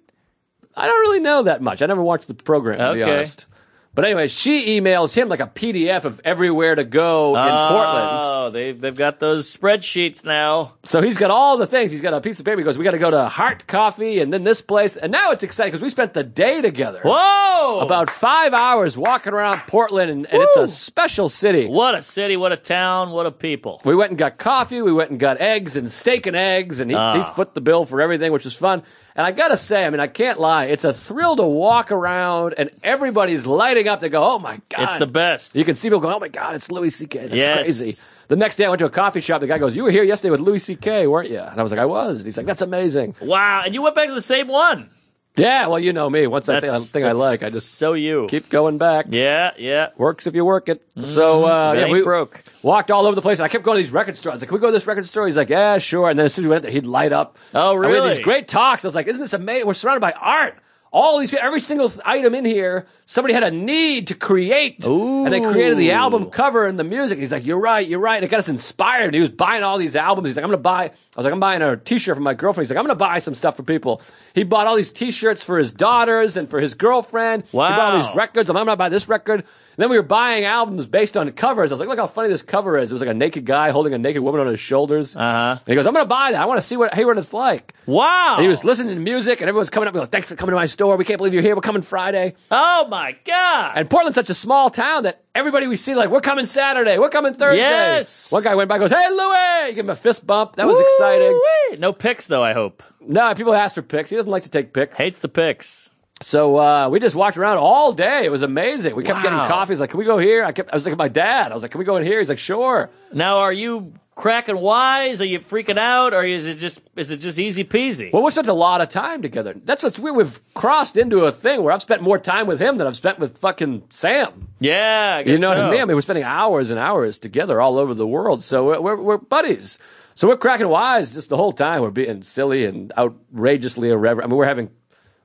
I don't really know that much. I never watched the program, to be
Okay.
honest. But anyway, she emails him like a PDF of everywhere to go in Portland.
Oh, they've they've got those spreadsheets now.
So he's got all the things. He's got a piece of paper. He goes, We got to go to Heart Coffee and then this place. And now it's exciting because we spent the day together.
Whoa!
About five hours walking around Portland, and, and it's a
Woo!
special city.
what a city, what a town, what a people.
We went and got coffee. We went and got eggs and steak and eggs, and he,
Ah.
he foot the bill for everything, which was fun. And I gotta say, I mean, I can't lie. It's a thrill to walk around, and everybody's lighting up. They go, "Oh my god!"
It's the best.
You can see people going, "Oh my god, it's Louis C.K. That's
Yes.
crazy." The next day, I went to a coffee shop. The guy goes, "You were here yesterday with Louis C.K., weren't you?" And I was like, "I was." And he's like, "That's amazing."
wow, and you went back to the same one.
Yeah, well, you know me. Once I think, I
That's-
think I
that's-
like, I just
So you.
keep going back.
yeah, yeah.
Works if you work it. So uh,
That
yeah,
ain't
we
broke.
Walked all over the place. I kept going to these record stores. I was like, can we go to this record store? He's like, yeah, sure. And then as soon as we went there, he'd light up.
Oh,
And we had
really?
these great talks. I was like, isn't this amazing? We're surrounded by art. All these, every single th- item in here, somebody had a need to create, and they created the
Ooh.
album cover and the music. He's like, "You're right, you're right." And it got us inspired. And he was buying all these albums. He's like, "I'm gonna buy." I was like, "I'm buying a T-shirt for my girlfriend." He's like, "I'm gonna buy some stuff for people." He bought all these T-shirts for his daughters and for his girlfriend. He bought all
Wow.
these records. I'm, I'm gonna buy this record. And then we were buying albums based on covers. I was like, look how funny this cover is. It was like a naked guy holding a naked woman on his shoulders. Uh-huh. And he goes, I'm gonna buy that. I want to see what hey what it's like.
Wow.
And he was listening to music, and everyone's coming up. and goes, thanks for coming to my store. We can't believe you're here. We're coming Friday.
Oh my God!
And Portland's such a small town that everybody we see, like, we're coming Saturday, we're coming Thursday.
Yes.
One guy went by and goes, Hey, Louis! Give him a fist bump. That was
Woo-wee.
exciting.
No picks though. I hope
No, people asked for pics. He doesn't like to take pics.
hates the picks.
So uh, we just walked around all day. It was amazing. We kept
Wow.
getting coffee. He's like, Can we go here? I kept I was like, My dad. I was like, Can we go in here? He's like, Sure.
Now, are you cracking wise? Are you freaking out? Or is it just is it just easy peasy?
Well, we spent a lot of time together. That's what's weird. We've crossed into a thing where I've spent more time with him than I've spent with fucking Sam.
yeah, I guess
You know
so.
what I mean? I mean, we're spending hours and hours together all over the world. So we're, we're, we're buddies. So we're cracking wise just the whole time. We're being silly and outrageously irreverent. I mean, we're having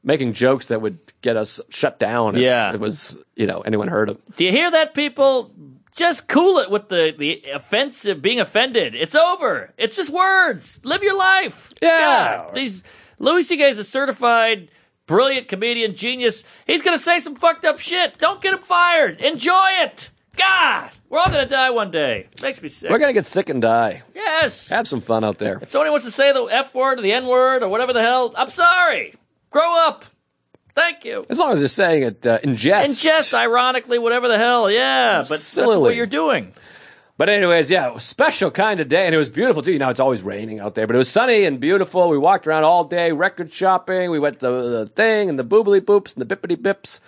making jokes that would get us shut down. If
Yeah.
it was you know anyone heard of.
Do you hear that, people? Just cool it with the the offensive being offended. It's over. It's just words. Live your life.
Yeah.
God, these Louis C.K. is a certified brilliant comedian genius. He's gonna say some fucked up shit. Don't get him fired. Enjoy it. God, we're all gonna die one day. Makes me sick.
We're gonna get sick and die.
yes.
Have some fun out there.
If somebody wants to say the f word or the n word or whatever the hell, I'm sorry. Grow up. Thank you.
As long as you're saying it uh, in jest.
And just ironically, whatever the hell, yeah. But that's
Silly.
what you're doing.
But anyways, yeah, it was a special kind of day, and it was beautiful too. You know, it's always raining out there, but it was sunny and beautiful. We walked around all day, record shopping. We went to the thing and the boobly boops and the bippity bips,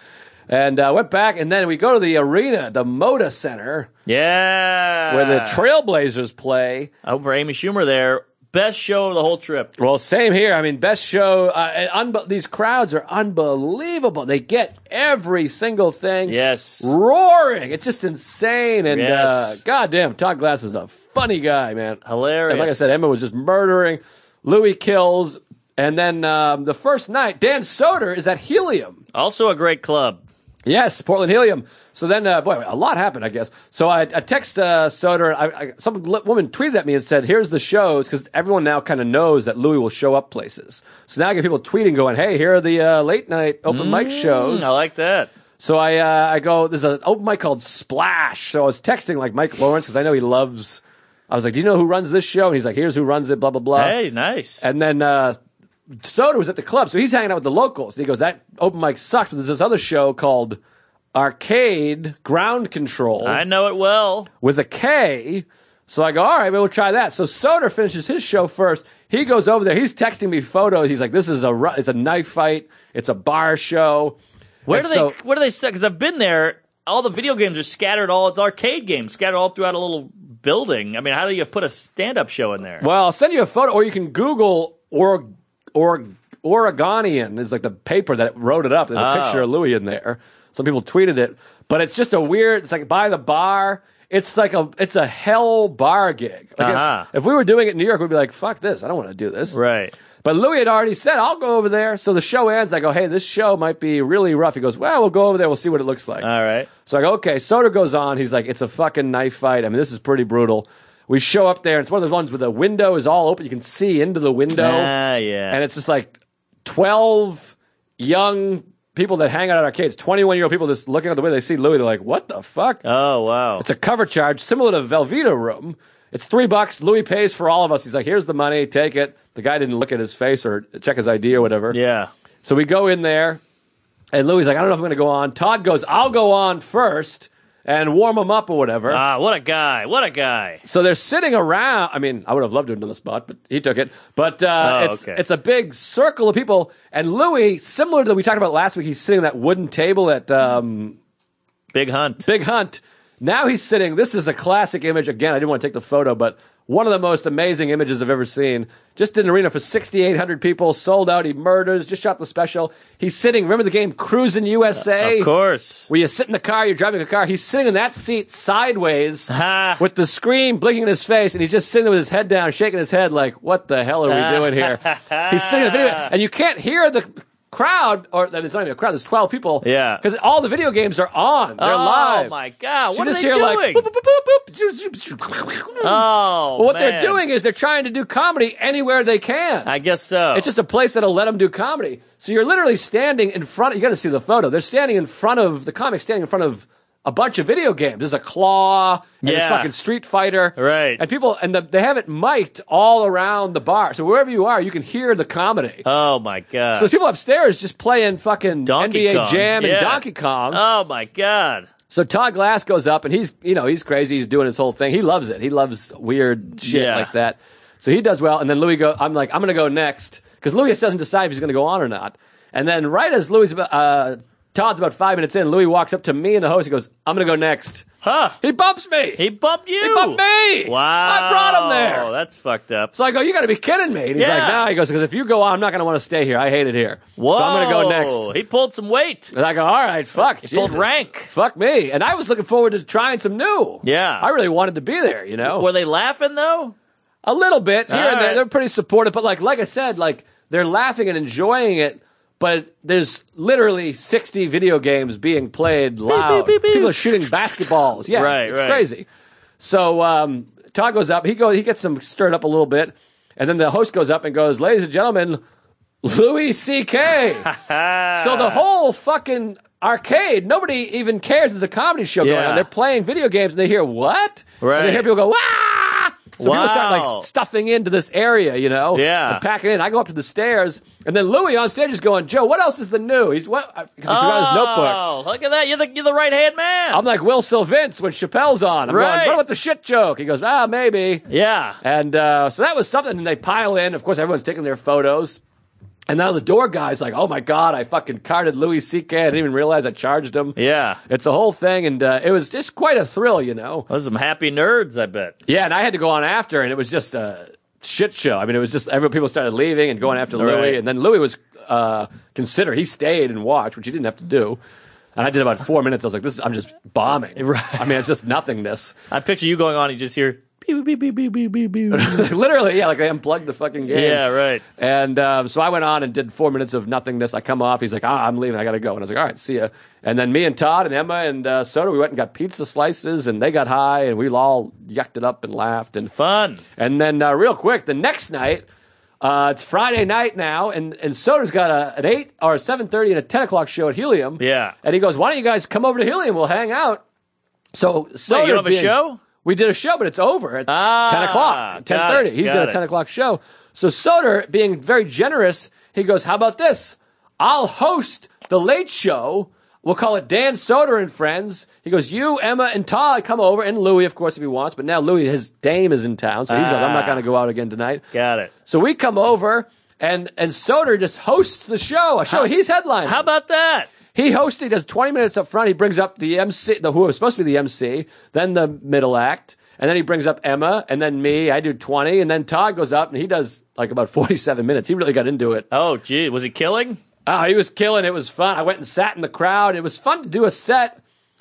and uh, went back. And then we go to the arena, the Moda Center,
Yeah.
where the Trailblazers play.
over Amy Schumer there. Best show of the whole trip.
Well, same here. I mean, best show. Uh, and unbe- these crowds are unbelievable. They get every single thing.
Yes.
roaring. It's just insane. And
Yes.
uh, goddamn, Todd Glass is a funny guy, man.
Hilarious.
And like I said, Emma was just murdering. Louis kills. And then um, the first night, Dan Soder is at Helium.
Also a great club.
Yes, Portland Helium. So then, uh, boy, a lot happened, I guess. So I, I text uh, Soder. I, I, some li- woman tweeted at me and said, "Here's the shows," because everyone now kind of knows that Louis will show up places. So now I get people tweeting, going, "Hey, here are the uh, late night open mic shows."
Mm, I like that.
So I uh, I go. There's an open mic called Splash. So I was texting like Mike Lawrence because I know he loves. I was like, "Do you know who runs this show?" And he's like, "Here's who runs it." Blah blah blah.
hey, nice.
And then uh, Soda was at the club, so he's hanging out with the locals. And he goes, "That open mic sucks." But there's this other show called Arcade Ground Control
I know it well.
with a K. So I go, all right, well, we'll try that. So Soder finishes his show first. He goes over there. He's texting me photos. He's like, this is a ru- it's a knife fight. It's a bar show.
Where
And
do they?
so-
where do they? Because I've been there. All the video games are scattered. All it's arcade games scattered all throughout a little building. I mean, how do you put a stand-up show in there?
Well, I'll send you a photo, or you can Google or or Oregonian is like the paper that wrote it up. There's a
Oh.
picture of Louis in there. Some people tweeted it, but it's just a weird. It's like by the bar. It's like a it's a hell bar gig. Like if-
Uh-huh.
if, we were doing it in New York, we'd be like, "Fuck this! I don't want to do this."
Right.
But Louis had already said, "I'll go over there." So the show ends. I go, "Hey, this show might be really rough." He goes, "Well, we'll go over there. We'll see what it looks like."
All right.
So I go, okay. Soder goes on. He's like, it's a fucking knife fight. I mean, this is pretty brutal. We show up there. and It's one of those ones where the window is all open. You can see into the window.
Ah, yeah.
And it's just like 12 young people that hang out at arcades, 21 year old people just looking out the window. They see Louis. They're like, what the fuck?
oh wow.
It's a cover charge similar to Velveeta Room. It's three bucks. Louis pays for all of us. He's like, here's the money. Take it. The guy didn't look at his face or check his ID or whatever.
yeah.
So we go in there, and Louis like, I don't know if I'm going to go on. Todd goes, I'll go on first and warm them up or whatever.
Ah, what a guy. What a guy.
so they're sitting around. I mean, I would have loved to have done the spot, but he took it. But uh,
Oh,
it's
okay.
it's a big circle of people, and Louis, similar to what we talked about last week, he's sitting on that wooden table at um,
Big hunt.
Big Hunt. Now he's sitting. This is a classic image. Again, I didn't want to take the photo, but one of the most amazing images I've ever seen. Just in an arena for 6,800 people, sold out. He murders, just shot the special. He's sitting. Remember the game Cruising USA?
Of course.
Where you sit in the car, you're driving a car. He's sitting in that seat
[LAUGHS]
sideways
Ha.
with the screen blinking in his face, and he's just sitting there with his head down, shaking his head like, "What the hell are
Uh-huh.
we doing here?" he's sitting in the video, and you can't hear the crowd, or that it's not even a crowd. There's 12 people,
Yeah.
because all the video games are on. They're
oh
live.
my god.
You
What are
just
they
hear
doing?
like, boop, boop, boop, boop, boop.
Oh,
Well, what they're
man.
doing is they're trying to do comedy anywhere they can.
I guess so.
It's just a place that'll let them do comedy. So you're literally standing in front. You got to see the photo. They're standing in front of the comic, standing in front of a bunch of video games. There's a claw and there's
Yeah.
fucking Street Fighter,
Right.
And people and the, they have it mic'd all around the bar, so wherever you are, you can hear the comedy.
oh my god.
so there's people upstairs just playing fucking
Donkey
NBA
Kong.
Jam
Yeah.
and Donkey Kong.
oh my god.
So Todd Glass goes up and he's, you know, he's crazy. He's doing his whole thing. He loves it. He loves weird shit
Yeah.
like that. So he does well. And then Louis go, I'm like, I'm going to go next because Louis doesn't decide if he's going to go on or not. And then right as Louis, uh, Todd's about five minutes in, Louis walks up to me and the host. He goes, I'm going to go next.
Huh.
He bumps me.
He bumped you.
He bumped me.
Wow.
I brought him there.
That's fucked up.
so I go, you got to be kidding me. And he's
Yeah.
like, nah. He goes, because if you go on, I'm not going to want to stay here. I hate it here.
Whoa.
So I'm going to go next.
He pulled some weight.
And I go, all right, fuck.
It's called
Jesus.
rank.
Fuck me. And I was looking forward to trying some new.
Yeah.
I really wanted to be there, you know?
Were they laughing though?
A little bit here
All
and there.
right.
They're pretty supportive, but like like I said, like they're laughing and enjoying it. But there's literally 60 video games being played loud.
beep, beep.
People are shooting basketballs. Yeah,
Right,
it's
right.
crazy. So um, Todd goes up. He goes. He gets them stirred up a little bit, and then the host goes up and goes, "Ladies and gentlemen, Louis
[LAUGHS]
C.K." so the whole fucking arcade, nobody even cares. There's a comedy show going
Yeah.
on. They're playing video games, and they hear what? And
Right.
they hear people go, "Wah!" So people start
Wow.
like stuffing into this area, you know?
Yeah.
And packing in. I go up to the stairs, and then Louis on stage is going, Joe, what else is the new? He's what? Because he forgot his notebook.
Oh, look at that. You're the, you're the right hand man.
I'm like Will Sylvince when Chappelle's on. I'm
Right.
going, what about the shit joke? He goes, ah, maybe.
yeah.
And uh, so that was something. And they pile in. Of course, everyone's taking their photos. And now the door guy's like, oh my God, I fucking carded Louis C.K. I didn't even realize I charged him.
Yeah.
It's a whole thing. And uh, it was just quite a thrill, you know?
Those are some happy nerds, I bet.
Yeah, and I had to go on after, and it was just a shit show. I mean, it was just every people started leaving and going after Louis,
Right.
and then Louis was uh, considered. He stayed and watched, which he didn't have to do. And I did about four minutes. I was like, "This, is, I'm just bombing."
[LAUGHS] Right.
I mean, it's just nothingness. [LAUGHS]
I picture you going on and you just hear beep, beep, beep, beep, beep, beep, beep.
[LAUGHS] Literally, yeah. Like they unplugged the fucking game.
Yeah, right.
And um, so I went on and did four minutes of nothingness. I come off. He's like, ah, I'm leaving. I got to go. And I was like, all right, see ya. And then me and Todd and Emma and uh, Soda, we went and got pizza slices and they got high and we all yucked it up and laughed. And
Fun.
And then uh, real quick, the next night, uh, it's Friday night now, and and Soder's got a, an eight or a seven thirty and a ten o'clock show at Helium.
Yeah.
and he goes, "Why don't you guys come over to Helium? We'll hang out." So Soder,
don't have a
being-
show?
We did a show, but it's over at
Ah,
ten o'clock, ten
got
thirty.
it,
He's
got
got
it.
a ten o'clock show. So Soder, being very generous, he goes, "How about this? I'll host the late show." We'll call it Dan Soder and Friends. He goes, You, Emma, and Todd come over, and Louis, of course, if he wants. But now Louis, his dame is in town, so he's like, I'm not
Ah.
going to go out again tonight.
Got it.
So we come over, and and Soder just hosts the show. A show he's headlining.
How about that?
he hosts. He does twenty minutes up front. He brings up the MC, the who was supposed to be the MC, then the middle act, and then he brings up Emma, and then me. I do twenty, and then Todd goes up and he does like about forty-seven minutes. He really got into it.
Oh, gee. Was he killing?
Oh, he was killing. It was fun. I went and sat in the crowd. It was fun to do a set.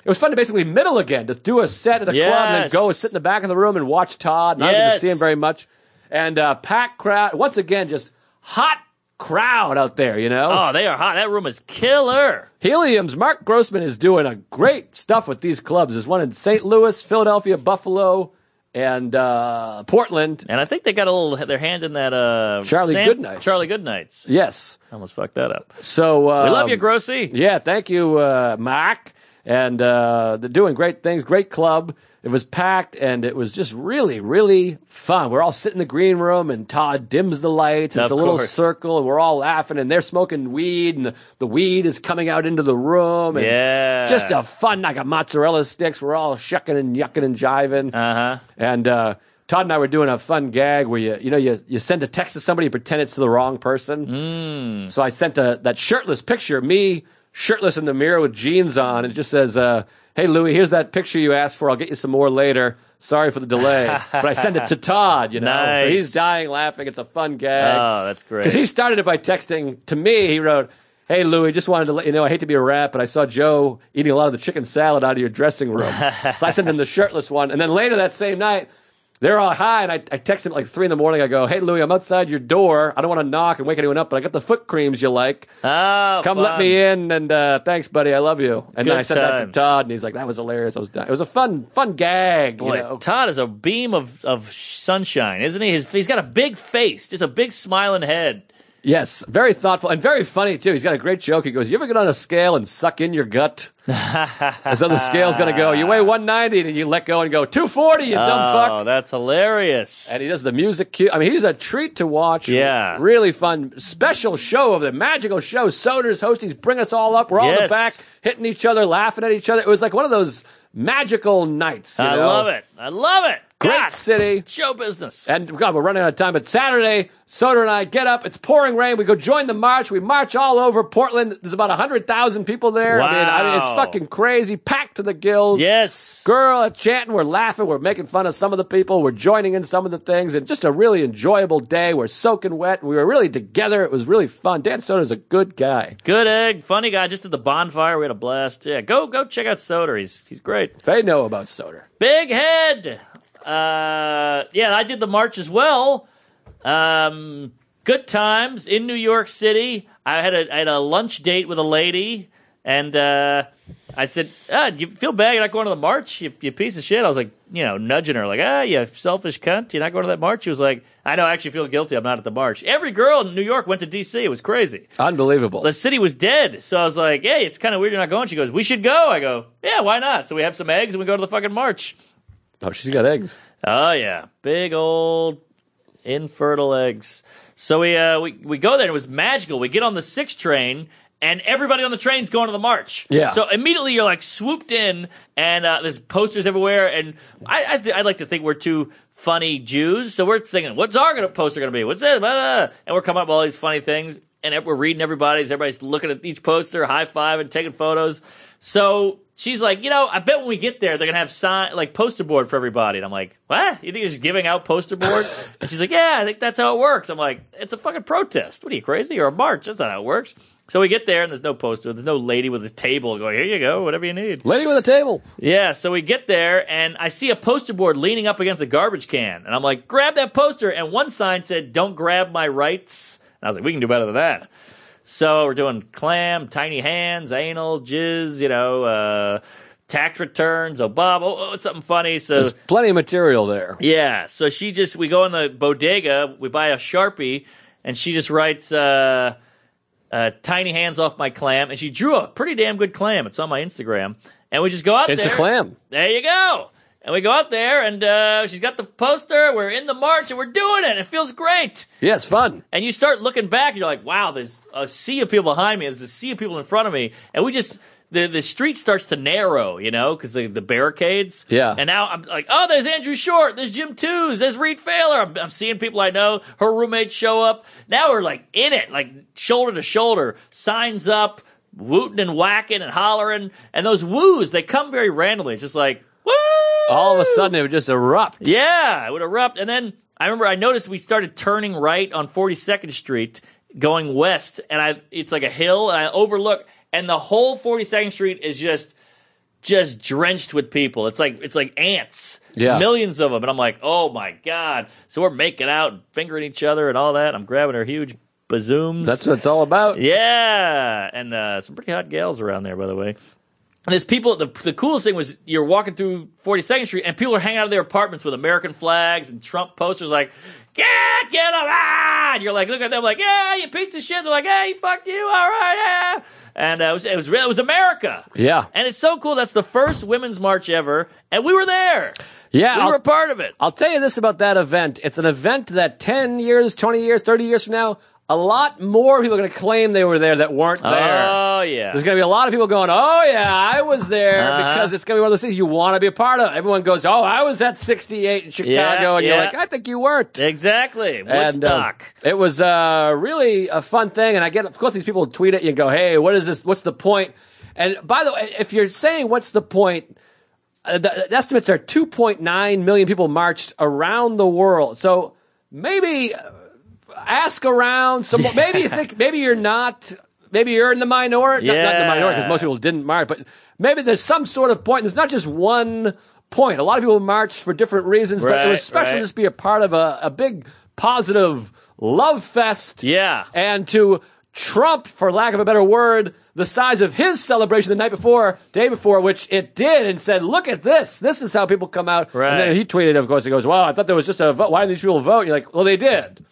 It was fun to basically middle again, to do a set at a club and then
Yes.
go and sit in the back of the room and watch Todd. Not even to
Yes.
see him very much. And uh, packed crowd. Once again, just hot crowd out there, you know?
Oh, they are hot. That room is killer.
Helium's Mark Grossman is doing a great stuff with these clubs. There's one in St. Louis, Philadelphia, Buffalo, and uh, Portland.
And I think they got a little their hand in that uh
Charlie
Sam-
Goodnights.
Charlie Goodnights.
Yes.
I almost fucked that up.
So um,
We love you, Grossy.
Yeah, thank you, uh, Mark. And uh, they're doing great things. Great club. It was packed, and it was just really, really fun. We're all sitting in the green room, and Todd dims the lights. and It's
Of
a little
course.
circle, and we're all laughing, and they're smoking weed, and the weed is coming out into the room. And
Yeah.
just a fun. I got mozzarella sticks. We're all shucking and yucking and jiving.
Uh-huh.
And uh, Todd and I were doing a fun gag where you, you know, you, you send a text to somebody, you pretend it's to the wrong person. Mm. So I sent a, that shirtless picture, me shirtless in the mirror with jeans on, and it just says, uh, "Hey Louis, here's that picture you asked for. I'll get you some more later. Sorry for the
[LAUGHS]
delay." but I sent it to Todd, you know, so
Nice.
he's dying laughing. It's a fun gag.
Oh, that's great.
Because he started it by texting to me. He wrote, Hey, Louie, just wanted to let you know I hate to be a rat, but I saw Joe eating a lot of the chicken salad out of your dressing
[LAUGHS]
room. so I sent him the shirtless one. And then later that same night, they're all high, and I, I text him at like three in the morning. I go, Hey, Louie, I'm outside your door. I don't want to knock and wake anyone up, but I got the foot creams you like.
Oh,
Come let
fun.
me in, and uh, thanks, buddy. I love you. And then
Good
I sent that to
times.
Todd, and he's like, That was hilarious. I was dying. It was a fun, fun gag.
Boy,
you know?
Todd is a beam of, of sunshine, isn't he? His, he's got a big face, just a big smiling head.
Yes, very thoughtful and very funny too. He's got a great joke. He goes, "You ever get on a scale and suck in your
[LAUGHS]
gut?" As though the scale's going to go, you weigh 190 and you let go and go 240, you dumb
Oh,
fuck.
that's hilarious.
And he does the music cue. I mean, he's a treat to watch.
Yeah.
really fun special show of the magical show. Soder's hosting. He's bring us all up. We're all in the
Yes.
back, hitting each other, laughing at each other. It was like one of those magical nights. you
I
know?
love it. I love it.
Great
God,
city.
show business.
And God, we're running out of time. But Saturday, Soder and I get up. It's pouring rain. We go join the march. We march all over Portland. There's about hundred thousand people there. I, mean, I mean, it's
Wow.
fucking crazy, packed to the gills.
yes.
Girl, it's chanting. We're laughing. We're making fun of some of the people. We're joining in some of the things, and just a really enjoyable day. We're soaking wet. We were really together. It was really fun. Dan Soder's a good guy.
Good egg. Funny guy. Just did the bonfire. We had a blast. Yeah, go go check out Soder. He's he's great.
They know about Soder.
Big head. Uh, yeah, I did the march as well. Um, good times in New York City. I had a I had a lunch date with a lady, and uh, I said, ah, "You feel bad you're not going to the march, you, you piece of shit." I was like, you know, nudging her, like, "Ah, you selfish cunt, you're not going to that march." She was like, "I know, I actually feel guilty. I'm not at the march." Every girl in New York went to D.C. It was crazy.
Unbelievable.
The city was dead, so I was like, "Hey, it's kind of weird you're not going." She goes, "We should go." I go, "Yeah, why not?" So we have some eggs and we go to the fucking march.
oh, she's got eggs.
Oh yeah, big old infertile eggs. So we uh, we we go there. and It was magical. We get on the six train, and everybody on the train's going to the march.
Yeah.
So immediately you're like swooped in, and uh, there's posters everywhere. And I I th- I'd like to think we're two funny Jews, so we're thinking, what's our gonna poster gonna be? What's this? Blah, blah, blah. And we're coming up with all these funny things, and ev- we're reading everybody's. Everybody's looking at each poster, high five, and taking photos. So she's like, you know, I bet when we get there, they're gonna have sign like poster board for everybody. And I'm like, what? You think you're just giving out poster board? and she's like, yeah, I think that's how it works. I'm like, it's a fucking protest. What are you crazy? You're a march. That's not how it works. So we get there and there's no poster. There's no lady with a table going, here you go, whatever you need.
Lady with a table.
Yeah, so we get there and I see a poster board leaning up against a garbage can. And I'm like, grab that poster. And one sign said, don't grab my rights. And I was like, we can do better than that. So we're doing clam, tiny hands, anal, jizz, you know, uh, tax returns, Obama, oh, oh, something funny. So
There's plenty of material there.
yeah. So she just we go in the bodega, we buy a sharpie, and she just writes uh, uh, "tiny hands off my clam," and she drew a pretty damn good clam. It's on my Instagram, and we just go out
It's
there.
a clam.
There you go. And we go out there, and uh, she's got the poster. We're in the march, and we're doing it. It feels great.
Yeah, it's fun.
And you start looking back, and you're like, wow, there's a sea of people behind me, there's a sea of people in front of me. And we just, the, the street starts to narrow, you know, because the, the barricades.
Yeah.
And now I'm like, oh, there's Andrew Short, there's Jim Twos, there's Reed Failer. I'm, I'm seeing people I know, her roommates show up. Now we're like in it, like shoulder to shoulder, signs up, wooting and whacking and hollering. And those woos, they come very randomly. It's just like, woo!
All of a sudden, it would just erupt.
Yeah, it would erupt. And then I remember I noticed we started turning right on 42nd Street, going west, and I it's like a hill, and I overlook, and the whole 42nd Street is just just drenched with people. It's like it's like ants,
Yeah.
millions of them. And I'm like, oh my god! So we're making out, and fingering each other, and all that. I'm grabbing her huge bazooms.
That's what it's all about.
Yeah, and uh, some pretty hot gals around there, by the way. And there's people. The, the coolest thing was you're walking through 42nd Street, and people are hanging out of their apartments with American flags and Trump posters, like "Get, get 'em!" Ah! And you're like, look at them, like, yeah, you piece of shit. They're like, hey, fuck you, all right, yeah. And uh, it was it was real- it was America.
Yeah.
And it's so cool. That's the first women's march ever, and we were there.
Yeah.
we
I'll-
were a part of it.
I'll tell you this about that event. It's an event that 10 years, 20 years, 30 years from now, a lot more people are going to claim they were there that weren't there.
Oh yeah.
There's going to be a lot of people going, oh, yeah, I was there,
Uh-huh.
because it's going to be one of those things you want to be a part of. Everyone goes, oh, I was at 68 in Chicago.
Yeah,
and
yeah.
you're like, I think you weren't.
exactly.
And, uh,
Woodstock.
it was uh, really a fun thing, and I get, of course, these people tweet at you and go, "Hey, what is this? What's the point?" And by the way, if you're saying what's the point, uh, the, the estimates are 2.9 million people marched around the world. So maybe uh, ask around some. more. Maybe you think maybe you're not. Maybe you're in the minority. Not, not the minority
Yeah.
because most people didn't march, but maybe there's some sort of point. There's not just one point. A lot of people marched for different reasons, but it
Right,
was special
right.
just be a part of a, a big positive love fest.
Yeah.
And to trump, for lack of a better word, the size of his celebration the night before, day before, which it did, and said, look at this. This is how people come out.
Right.
And then he tweeted, of course, he goes, wow, I thought there was just a vote. Why didn't these people vote? You're like, well, they
[LAUGHS]
did.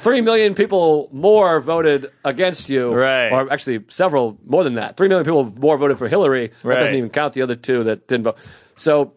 Three million people more voted against you.
Right.
Or actually, several more than that. Three million people more voted for Hillary.
Right.
That doesn't even count the other two that didn't vote. So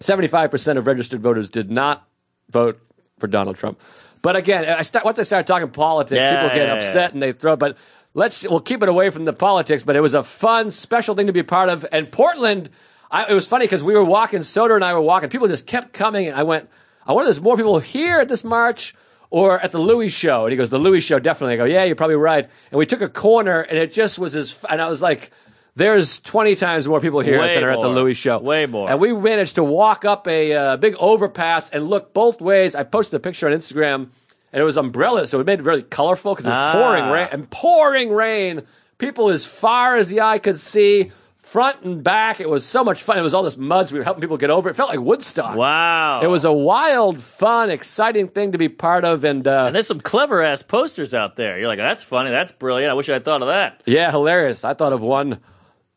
75% of registered voters did not vote for Donald Trump. But again, I start, once I start talking politics,
Yeah,
people get
yeah,
upset
yeah.
and they throw. But let's we'll keep it away from the politics. But it was a fun, special thing to be a part of. And Portland, I, it was funny because we were walking. Soder and I were walking. People just kept coming, and I went, I wonder if there's more people here at this march or at the Louis show. And he goes, the Louis show definitely. I go, yeah, you're probably right. And we took a corner, and it just was as. f- And I was like. There's 20 times more people here
Way
than are at the
more.
Louis show.
Way more.
And we managed to walk up a uh, big overpass and look both ways. I posted a picture on Instagram, and it was umbrellas, so it made it really colorful because it was pouring
Ah.
rain and pouring rain. People as far as the eye could see front and back. It was so much fun. It was all this muds. We were helping people get over. It felt like Woodstock.
Wow.
It was a wild, fun, exciting thing to be part of, and, uh,
And there's some clever ass posters out there. You're like, that's funny. That's brilliant. I wish I thought of that.
yeah, hilarious. I thought of one.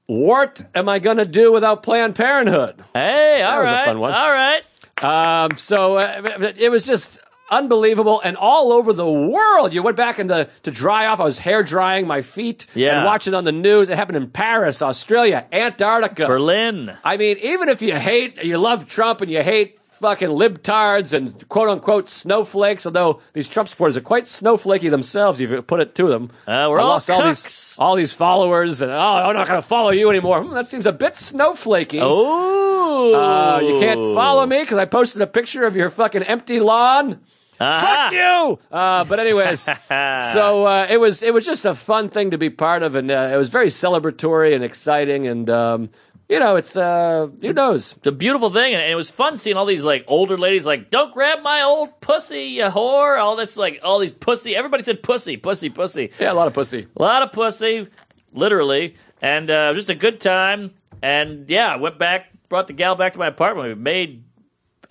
What am I gonna do without Planned Parenthood?
Hey, all right,
was a fun one.
All right.
Um, so uh, it was just unbelievable, and all over the world. You went back into to dry off. I was hair drying my feet
Yeah.
and watching on the news. It happened in Paris, Australia, Antarctica,
Berlin.
I mean, even if you hate, you love Trump and you hate fucking libtards and quote unquote snowflakes, although these Trump supporters are quite snowflakey themselves, if you put it to them.
Uh, we're
I
all
lost all these,
cucks.
all these followers and, oh, I'm not going to follow you anymore. Hmm, that seems a bit snowflakey.
Oh.
Uh, you can't follow me because I posted a picture of your fucking empty lawn.
Uh-huh.
Fuck you! Uh, but
[LAUGHS]
anyways, so uh, it was it was just a fun thing to be part of, and uh, it was very celebratory and exciting, and um, you know, it's uh, who knows?
It's a beautiful thing, and and it was fun seeing all these like older ladies like, "Don't grab my old pussy, you whore!" All this like all these pussy. Everybody said pussy, pussy, pussy.
Yeah, a lot of pussy.
A lot of pussy, literally, and uh, it was just a good time. And yeah, I went back, brought the gal back to my apartment. We made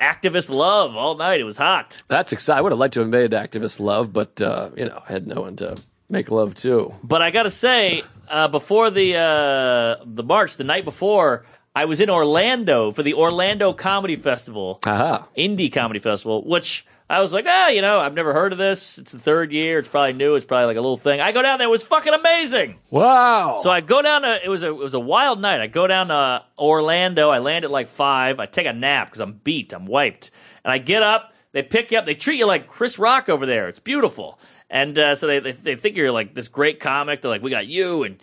activist love all night. It was hot.
That's exciting. I would have liked to have made activist love, but uh, you know, I had no one to make love to.
But I gotta say, uh, before the uh, the march, the night before, I was in Orlando for the Orlando Comedy Festival,
Aha.
indie comedy festival, which I was like, ah, you know, I've never heard of this. It's the third year. It's probably new. It's probably like a little thing. I go down there. It was fucking amazing.
Wow.
So I go down to it was a it was a wild night. I go down to Orlando. I land at like five. I take a nap because I'm beat. I'm wiped. And I get up. They pick you up. They treat you like Chris Rock over there. It's beautiful. And uh, so they, they they think you're like this great comic. They're like, we got you and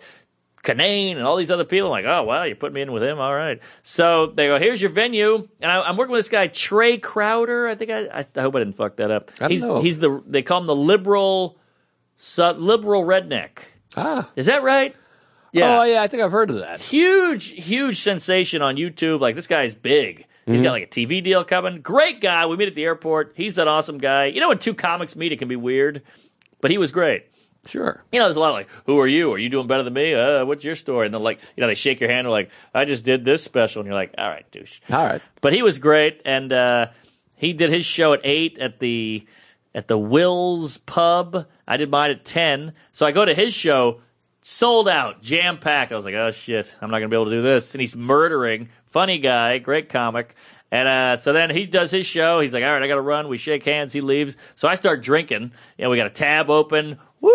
Canane and all these other people. I'm like, oh wow, you put me in with him. All right. So they go, here's your venue. And I, I'm working with this guy Trey Crowder. I think I I, I hope I didn't fuck that up.
I don't
he's
know.
he's the they call him the liberal, su- liberal redneck.
ah.
Is that right?
Oh yeah, I think I've heard of that.
Huge, huge sensation on YouTube. Like this guy's big. He's
Mm-hmm.
got like a TV deal coming. Great guy. We meet at the airport. He's an awesome guy. You know, when two comics meet, it can be weird, but he was great.
Sure.
You know, there's a lot of like, who are you? Are you doing better than me? Uh, what's your story? And then like, you know, they shake your hand. They're like, I just did this special, and you're like, all right, douche.
All right.
But he was great, and uh, he did his show at eight at the at the Wills Pub. I did mine at ten, so I go to his show, sold out, jam packed. I was like, oh shit, I'm not gonna be able to do this. And he's murdering, funny guy, great comic. And uh, so then he does his show. He's like, all right, I gotta run. We shake hands. He leaves. So I start drinking. You know, we got a tab open. Woo!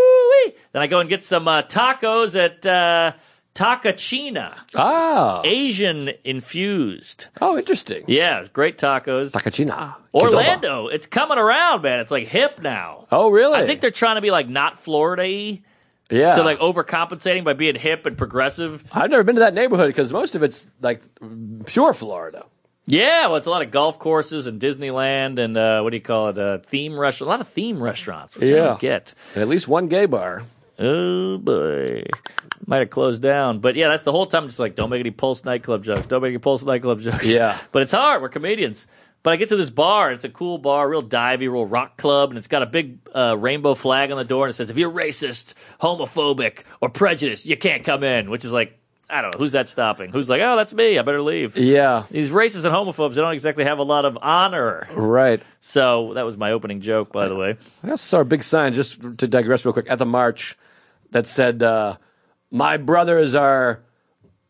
Then I go and get some uh, tacos at uh, Takachina,
Ah.
Asian infused.
Oh, interesting.
Yeah, it's great tacos.
Takachina. Qdoba.
Orlando, it's coming around, man. It's like hip now.
Oh, really?
I think they're trying to be like not Florida y.
yeah.
So like overcompensating by being hip and progressive.
I've never been to that neighborhood because most of it's like pure Florida.
Yeah, well, it's a lot of golf courses and Disneyland and uh, what do you call it? Uh, theme restaurant. A lot of theme restaurants, which I
Yeah.
don't get.
And at least one gay bar.
Oh boy, might have closed down. But yeah, that's the whole time. Just like, don't make any Pulse nightclub jokes. Don't make any Pulse nightclub jokes.
Yeah.
[LAUGHS] but it's hard. We're comedians. But I get to this bar. It's a cool bar, real divey, real rock club, and it's got a big uh, rainbow flag on the door, and it says, "If you're racist, homophobic, or prejudiced, you can't come in." Which is like, I don't know, who's that stopping? Who's like, "Oh, that's me. I better leave."
Yeah.
These racists and homophobes, they don't exactly have a lot of honor.
Right.
So that was my opening joke, by
[LAUGHS]
the way.
I also saw a big sign, just to digress real quick, at the march that said, uh, My brothers are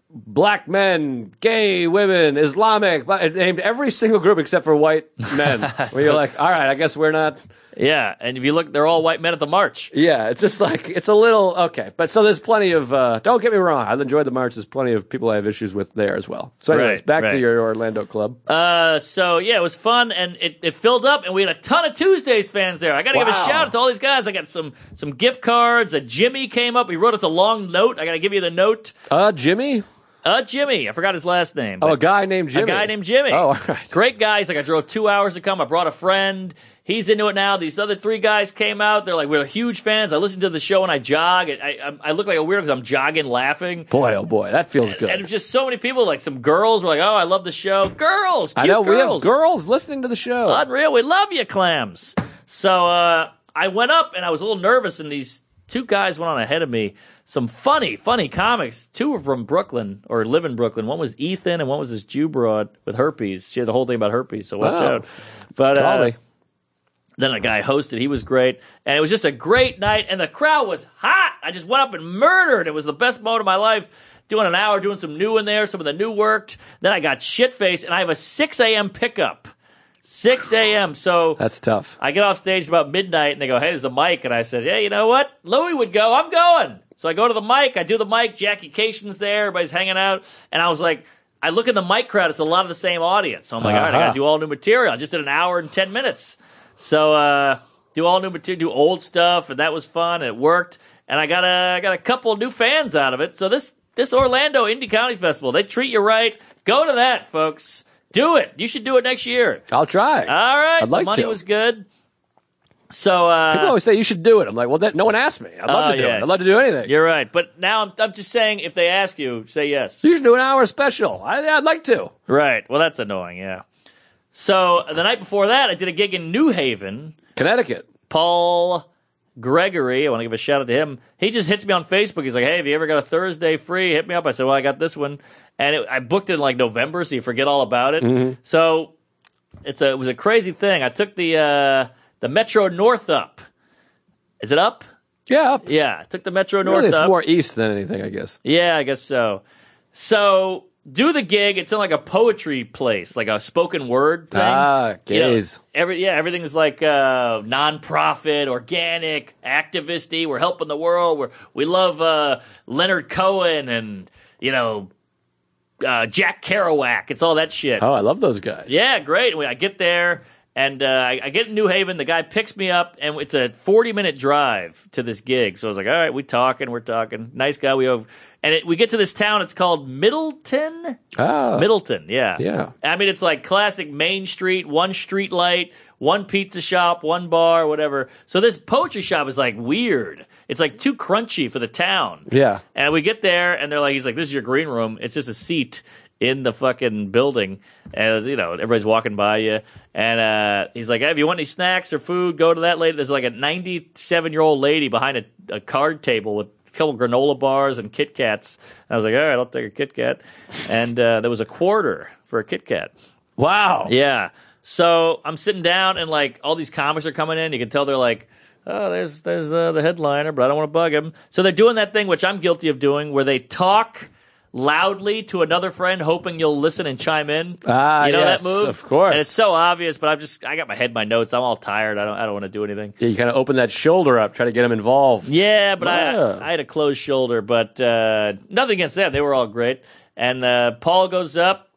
black men, gay women, Islamic. blah- It named every single group except for white [LAUGHS] men. where you're like, All right, I guess we're not.
Yeah, and if you look, they're all white men at the march.
Yeah, it's just like, it's a little, okay. But so there's plenty of, uh, don't get me wrong, I've enjoyed the march. There's plenty of people I have issues with there as well. So, anyways,
Right,
back to
right.
your Orlando club.
Uh, so yeah, it was fun and it, it filled up and we had a ton of Tuesdays fans there. I gotta give a
Wow.
shout out to all these guys. I got some some gift cards. A Jimmy came up. He wrote us a long note. I gotta give you the note.
Uh, Jimmy?
Uh, Jimmy. I forgot his last name.
Oh,
but
a guy named Jimmy.
a guy named Jimmy.
Oh, [LAUGHS] all right.
Great guys. Like I drove two hours to come. I brought a friend. He's into it now. These other three guys came out. They're like, we're huge fans. I listen to the show and I jog. I I, I look like a weirdo because I'm jogging, laughing.
Boy, oh boy, that feels good.
And just so many people, like some girls, were like, "Oh, I love the show." Girls, cute
I know we have
girls.
girls listening to the show.
Unreal. We love you, clams. So uh, I went up and I was a little nervous, and these two guys went on ahead of me. Some funny, funny comics. Two were from Brooklyn or live in Brooklyn. One was Ethan, and one was this Jew broad with herpes. She had the whole thing about herpes, so watch
Oh.
out. But uh,
Probably.
then a guy hosted. He was great. And it was just a great night. And the crowd was hot. I just went up and murdered. It was the best moment of my life. Doing an hour, doing some new in there. Some of the new worked. Then I got shit faced. And I have a 6 a.m. pickup. 6 a.m. So
That's tough.
I get off stage about midnight and they go, Hey, there's a mic. And I said, Hey, you know what? Louis would go. I'm going. So I go to the mic. I do the mic. Jackie Cation's there. Everybody's hanging out. And I was like, I look in the mic crowd. It's a lot of the same audience. So I'm like, all right, I
Uh-huh.
got to do all new material. I just did an hour and 10 minutes. So, uh, do all new material, do old stuff. And that was fun. It worked. And I got a, I got a couple new fans out of it. So this, this Orlando Indie Comedy Festival, they treat you right. Go to that, folks. Do it. You should do it next year.
I'll try.
All right.
I'd like
the money
to.
was good. So uh,
People always say you should do it. I'm like, well, that, no one asked me. I'd love
Oh,
to do
yeah.
it. I'd love to do anything.
you're right. But now I'm, I'm just saying, if they ask you, say yes.
you should do an hour special. I, I'd like to.
Right. Well, that's annoying. Yeah. So the night before that, I did a gig in New Haven.
Connecticut.
Paul Gregory, I want to give a shout out to him. He just hits me on Facebook. He's like, "Hey, have you ever got a Thursday free? Hit me up." I said, "Well, I got this one," and it, I booked it in like November, so you forget all about it.
Mm-hmm.
So it's a it was a crazy thing. I took the uh, the Metro North up. Is it up?
Yeah. up-
Yeah, I took the Metro North
really, it's
up.
more east than anything, I guess.
yeah, I guess so. So do the gig. It's in like a poetry place, like a spoken word thing.
Ah,
You know,
gays.
every yeah, everything is like uh, nonprofit, organic, activisty. We're helping the world. We're we love uh, Leonard Cohen and you know uh, Jack Kerouac. It's all that shit.
Oh, I love those guys.
Yeah, great. We- I get there and uh, I, I get in New Haven. The guy picks me up, and it's a 40 minute drive to this gig. So I was like, all right, we talking, we're talking. Nice guy. We have, and it, we get to this town. It's called Middleton.
Ah,
Middleton, yeah.
Yeah.
I mean, it's like classic Main Street, one street light, one pizza shop, one bar, whatever. So this poetry shop is like weird. It's like too crunchy for the town.
Yeah.
And we get there, and they're like, he's like, this is your green room. It's just a seat in the fucking building. And, you know, everybody's walking by you. And uh, he's like, hey, if you want any snacks or food, go to that lady. There's like a 97 year old lady behind a, a card table with a couple granola bars and Kit Kats. And I was like, all right, I'll take a Kit Kat. And uh, there was a quarter for a Kit Kat.
Wow.
Yeah. So I'm sitting down and like all these comics are coming in. You can tell they're like, oh, there's there's uh, the headliner, but I don't want to bug him. So they're doing that thing which I'm guilty of doing, where they talk loudly to another friend, hoping you'll listen and chime in.
Ah,
you know
yes,
that move,
of course.
And it's so obvious, but I'm just I got my head in my notes. I'm all tired. I don't I don't want to do anything.
Yeah, you kind of open that shoulder up, try to get them involved.
Yeah, but
Yeah.
I I had a closed shoulder, but uh, nothing against them. They were all great. And uh, Paul goes up,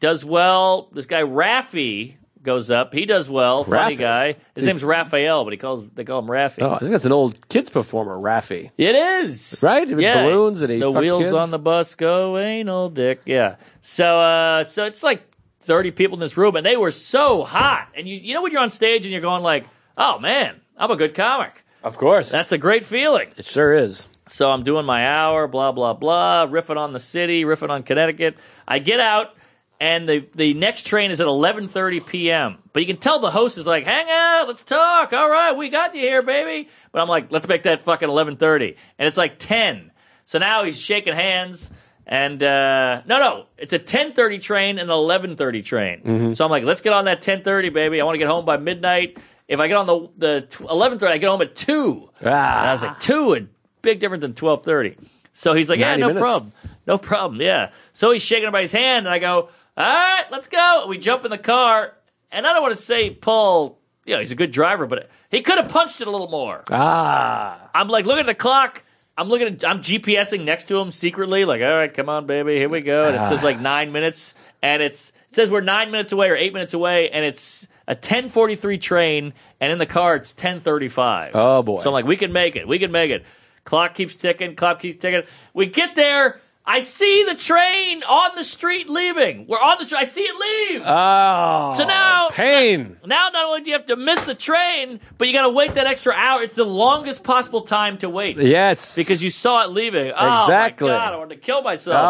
does well. This guy Raffy goes up. He does well. Funny
Raffy?
guy. His name's Raphael, but he calls they call him Raffy.
Oh, I think that's an old kids performer, Raffy.
It is
Right? With
yeah.
balloons and he
the
fucked
wheels
kids?
on the bus go anal dick. Yeah. So uh, so it's like thirty people in this room, and they were so hot. And you you know when you're on stage and you're going like, oh man, I'm a good comic.
Of course.
That's a great feeling.
it sure is.
So I'm doing my hour, blah blah blah, riffing on the city, riffing on Connecticut. I get out, and the the next train is at 11:30 p.m. But you can tell the host is like, "Hang out, let's talk. All right, we got you here, baby." But I'm like, "Let's make that fucking 11:30," and it's like 10. So now he's shaking hands, and uh, no, no, it's a 10:30 train and an 11:30 train. So I'm like, "Let's get on that 10:30, baby. I want to get home by midnight." If I get on the the tw- 11:30, I get home at two.
Ah.
And I was like, two, a big difference than twelve thirty. So he's like, yeah,
90
no
minutes.
problem, no problem, yeah. So he's shaking everybody's hand, and I go, all right, let's go. And we jump in the car, and I don't want to say Paul, you know, he's a good driver, but he could have punched it a little more.
Ah.
I'm like looking at the clock. I'm looking. At, I'm GPSing next to him secretly. Like, all right, come on, baby, here we go. And it says like nine minutes, and it's it says we're nine minutes away or eight minutes away, and it's a 10:43 train, and in the car it's 10:35.
Oh, boy.
So I'm like, we can make it. We can make it. Clock keeps ticking. Clock keeps ticking. We get there. I see the train on the street leaving. We're on the street. I see it leave.
Oh.
So now-
Pain.
Now, not only do you have to miss the train, but you got to wait that extra hour. It's the longest possible time to wait
Yes.
because you saw it leaving. Oh,
Exactly.
my God, I wanted to kill myself.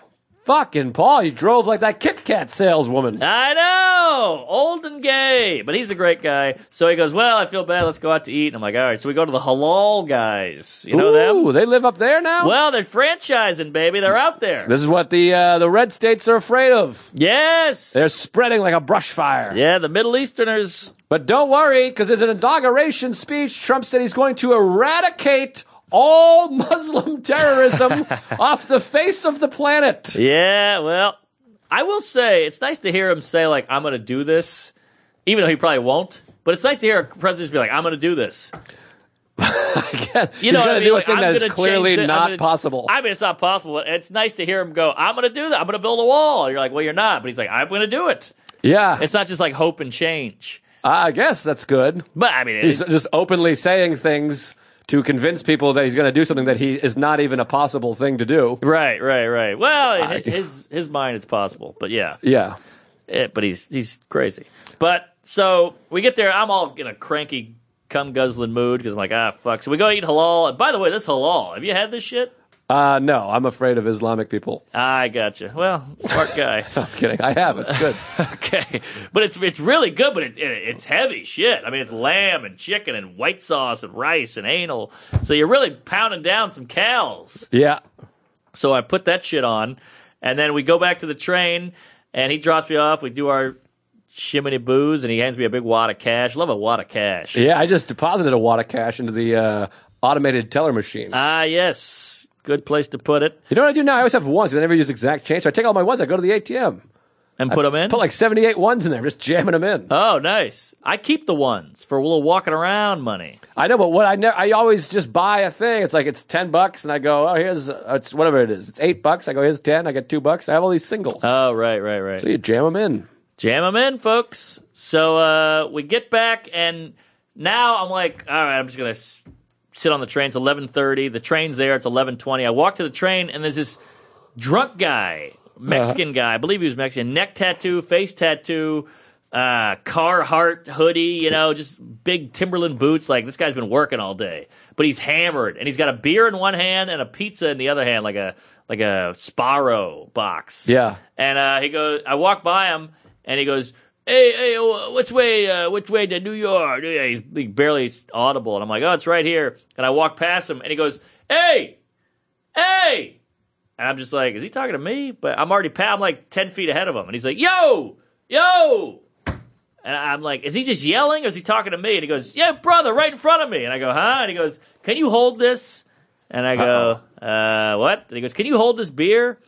Oh. Fucking Paul, you drove like that Kit Kat saleswoman.
I know, old and gay, but he's a great guy. So he goes, "Well, I feel bad. Let's go out to eat." And I'm like, "All right." So we go to the halal guys. You know them?
Ooh, they live up there now?
Well, they're franchising, baby. They're out there.
this is what the uh, the red states are afraid of.
yes.
They're spreading like a brush fire.
yeah, the Middle Easterners.
But don't worry, because as an inauguration speech, Trump said he's going to eradicate all [LAUGHS] Muslim
[LAUGHS]
terrorism off the face of the planet.
Yeah, well, I will say it's nice to hear him say like, "I'm going to do this," even though he probably won't. But it's nice to hear a president be like, "I'm going to do this."
You
know
[LAUGHS] he's
what
going to
I mean?
do a
Like,
thing
I'm
that
gonna
is clearly
change it. I'm
not
gonna-
possible.
I mean, it's not possible. But it's nice to hear him go, "I'm going to do that. I'm going to build a wall." You're like, "Well, you're not," but he's like, "I'm going to do it."
yeah,
It's not just like hope and change.
I guess that's good.
But I mean, it,
He's just openly saying things to convince people that he's going to do something that he is not even a possible thing to do.
right, right, right. Well, hi-
[LAUGHS]
his his mind, it's possible. But yeah,
Yeah.
it, but he's he's crazy. But so we get there, I'm all in a cranky, cum guzzling mood because I'm like, ah, fuck. So we go eat halal. And by the way, this halal. Have you had this shit?
Uh, no, I'm afraid of Islamic people.
I gotcha. Well,
[LAUGHS]
smart guy.
I'm kidding. I have. It's good.
okay, but it's it's really good, but it, it, it's heavy shit. I mean, it's lamb and chicken and white sauce and rice and anal. So you're really pounding down some cows.
Yeah.
So I put that shit on, and then we go back to the train, and he drops me off. We do our shimmy booze, and he hands me a big wad of cash. Love a wad of cash.
Yeah. I just deposited a wad of cash into the uh, automated teller machine.
Ah, yes, good place to put it,
You know what I do now? I always have ones. 'cause I never use exact change. So I take all my ones. I go to the ATM.
and put them in.
Put like 78 ones in there. Just jamming them in.
oh, nice. I keep the ones for a little walking around money.
I know, but what I ne- I always just buy a thing. It's like it's 10 bucks, and I go, oh, here's uh, it's whatever it is. It's eight bucks. I go, here's 10. I get two bucks. I have all these singles.
Oh, right, right, right.
so you jam them in.
jam them in, folks. So uh, we get back, and now I'm like, all right, I'm just gonna s- sit on the train. It's 11:30. The train's there. It's 11:20. I walk to the train, and there's this drunk guy, Mexican guy. I believe he was Mexican. Neck tattoo, face tattoo, uh, Carhartt hoodie. You know, just big Timberland boots. Like this guy's been working all day, but he's hammered, and he's got a beer in one hand and a pizza in the other hand, like a like a Sparrow box.
Yeah.
And uh, he goes, I walk by him, and he goes, "Hey, hey, wh- which way? Uh, which way to New York?" Yeah, He's he barely audible, and I'm like, "Oh, it's right here." And I walk past him, and he goes, "Hey, hey!" And I'm just like, "Is he talking to me?" But I'm already, pa- I'm like ten feet ahead of him, and he's like, "Yo, yo!" And I'm like, "Is he just yelling, or is he talking to me?" And he goes, "Yeah, brother, right in front of me." And I go, "Huh?" And he goes, "Can you hold this?" And I go, uh, "What?" And he goes, "Can you hold this beer?"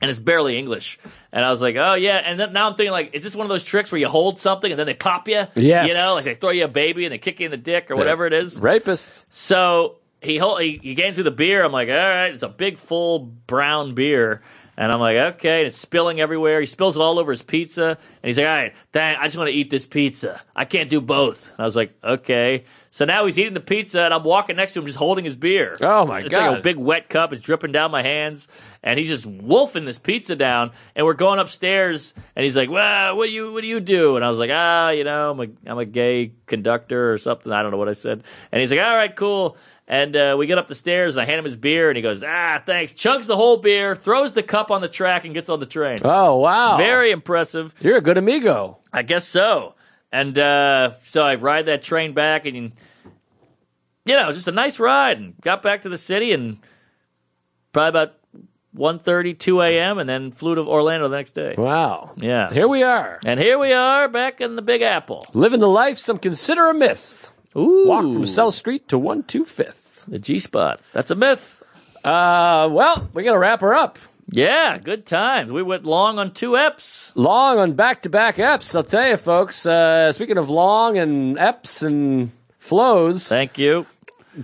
and it's barely English. And I was like, oh yeah. And then, now I'm thinking like, is this one of those tricks where you hold something and then they pop you?
Yes.
You know, like they throw you a baby and they kick you in the dick or whatever it is.
Rapists.
So he hol- he, he gains me the beer. I'm like, all right, it's a big full brown beer. And I'm like, okay, and it's spilling everywhere. He spills it all over his pizza. And he's like, all right, dang, I just want to eat this pizza. I can't do both. And I was like, okay. So now he's eating the pizza, and I'm walking next to him just holding his beer.
Oh, my
it's like a
God.
big wet cup. It's dripping down my hands. And he's just wolfing this pizza down. And we're going upstairs, and he's like, well, what do you, what do you do? And I was like, ah, you know, I'm a, I'm a gay conductor or something. I don't know what I said. And he's like, all right, cool. And uh, we get up the stairs, and I hand him his beer, and he goes, ah, thanks. Chugs the whole beer, throws the cup on the track, and gets on the train.
Oh, wow.
Very impressive.
You're a good amigo.
I guess so. And uh, so I ride that train back, and you know, just a nice ride, and got back to the city, and probably about 1.30, 2 a.m., and then flew to Orlando the next day.
Wow.
Yeah.
Here we are.
And here we are back in the Big Apple.
Living the life some consider a myth.
Ooh,
Walk from South Street to 125th.
the G spot. That's a myth.
Uh, well, we got to wrap her up.
Yeah, good times. We went long on two eps.
Long on back to back eps. I'll tell you, folks, uh, speaking of long and eps and flows,
Thank you.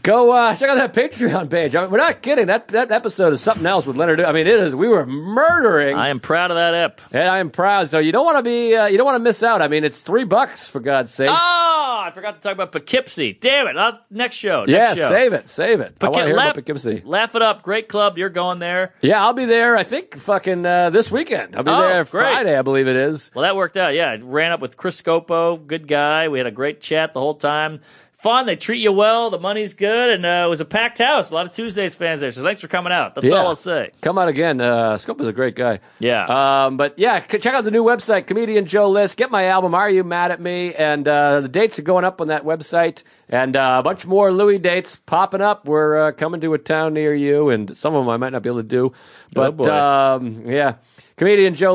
go uh, check out that Patreon page. I mean, we're not kidding. That, that episode is something else with Leonard. I mean, it is. We were murdering.
I am proud of that ep.
and I am proud. So you don't want to be, uh, you don't want to miss out. I mean, it's three bucks for God's sakes.
Oh, I forgot to talk about Poughkeepsie. Damn it. Not next show. Next
yeah,
show.
save it, save it. I want to hear
laugh,
about Poughkeepsie.
Laugh it up. Great club. You're going there.
Yeah, I'll be there. I think fucking uh, this weekend. I'll be
Oh,
there
great.
Friday, I believe it is.
Well, that worked out. Yeah, I ran up with Chris Scopo. Good guy. We had a great chat the whole time. fun. They treat you well. The money's good, and uh, it was a packed house. A lot of Tuesdays fans there. So thanks for coming out. That's
Yeah.
all I'll say.
Come out again. Uh, Scope is a great guy.
Yeah.
Um, but yeah, c- check out the new website, Comedian Joe List. Get my album, Are You Mad at Me? And uh, the dates are going up on that website. And uh, a bunch more Louis dates popping up. We're uh, coming to a town near you, and some of them I might not be able to do. But
boy.
um, yeah,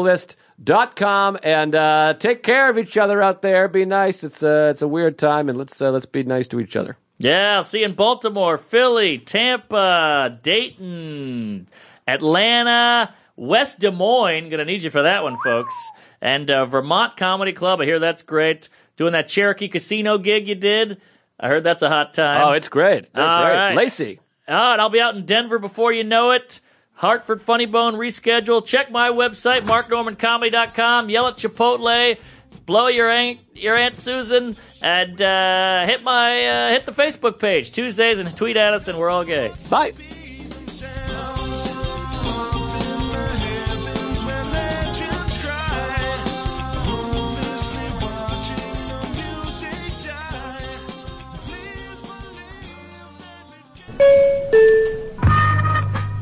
comedianjoelist.com. And uh, take care of each other out there. Be nice. It's, uh, it's a weird time, and let's, uh, let's be nice to each other.
Yeah, I'll see you in Baltimore, Philly, Tampa, Dayton, Atlanta, West Des Moines. Gonna need you for that one, folks. And uh, Vermont Comedy Club. I hear that's great. Doing that Cherokee Casino gig you did. I heard that's a hot time.
Oh, it's great. They're
All
great.
right.
Lacey.
Oh, and I'll be out in Denver before you know it. Hartford Funny Bone reschedule. Check my website, marknormancomedy.com. Yell at Chipotle. Blow your aunt, your aunt Susan, and uh, hit my uh, hit the Facebook page Tuesdays and tweet at us, and we're all gay.
Bye.
themselves. Up in the heavens where legends cry. Hopelessly watching the music die. Please believe that we've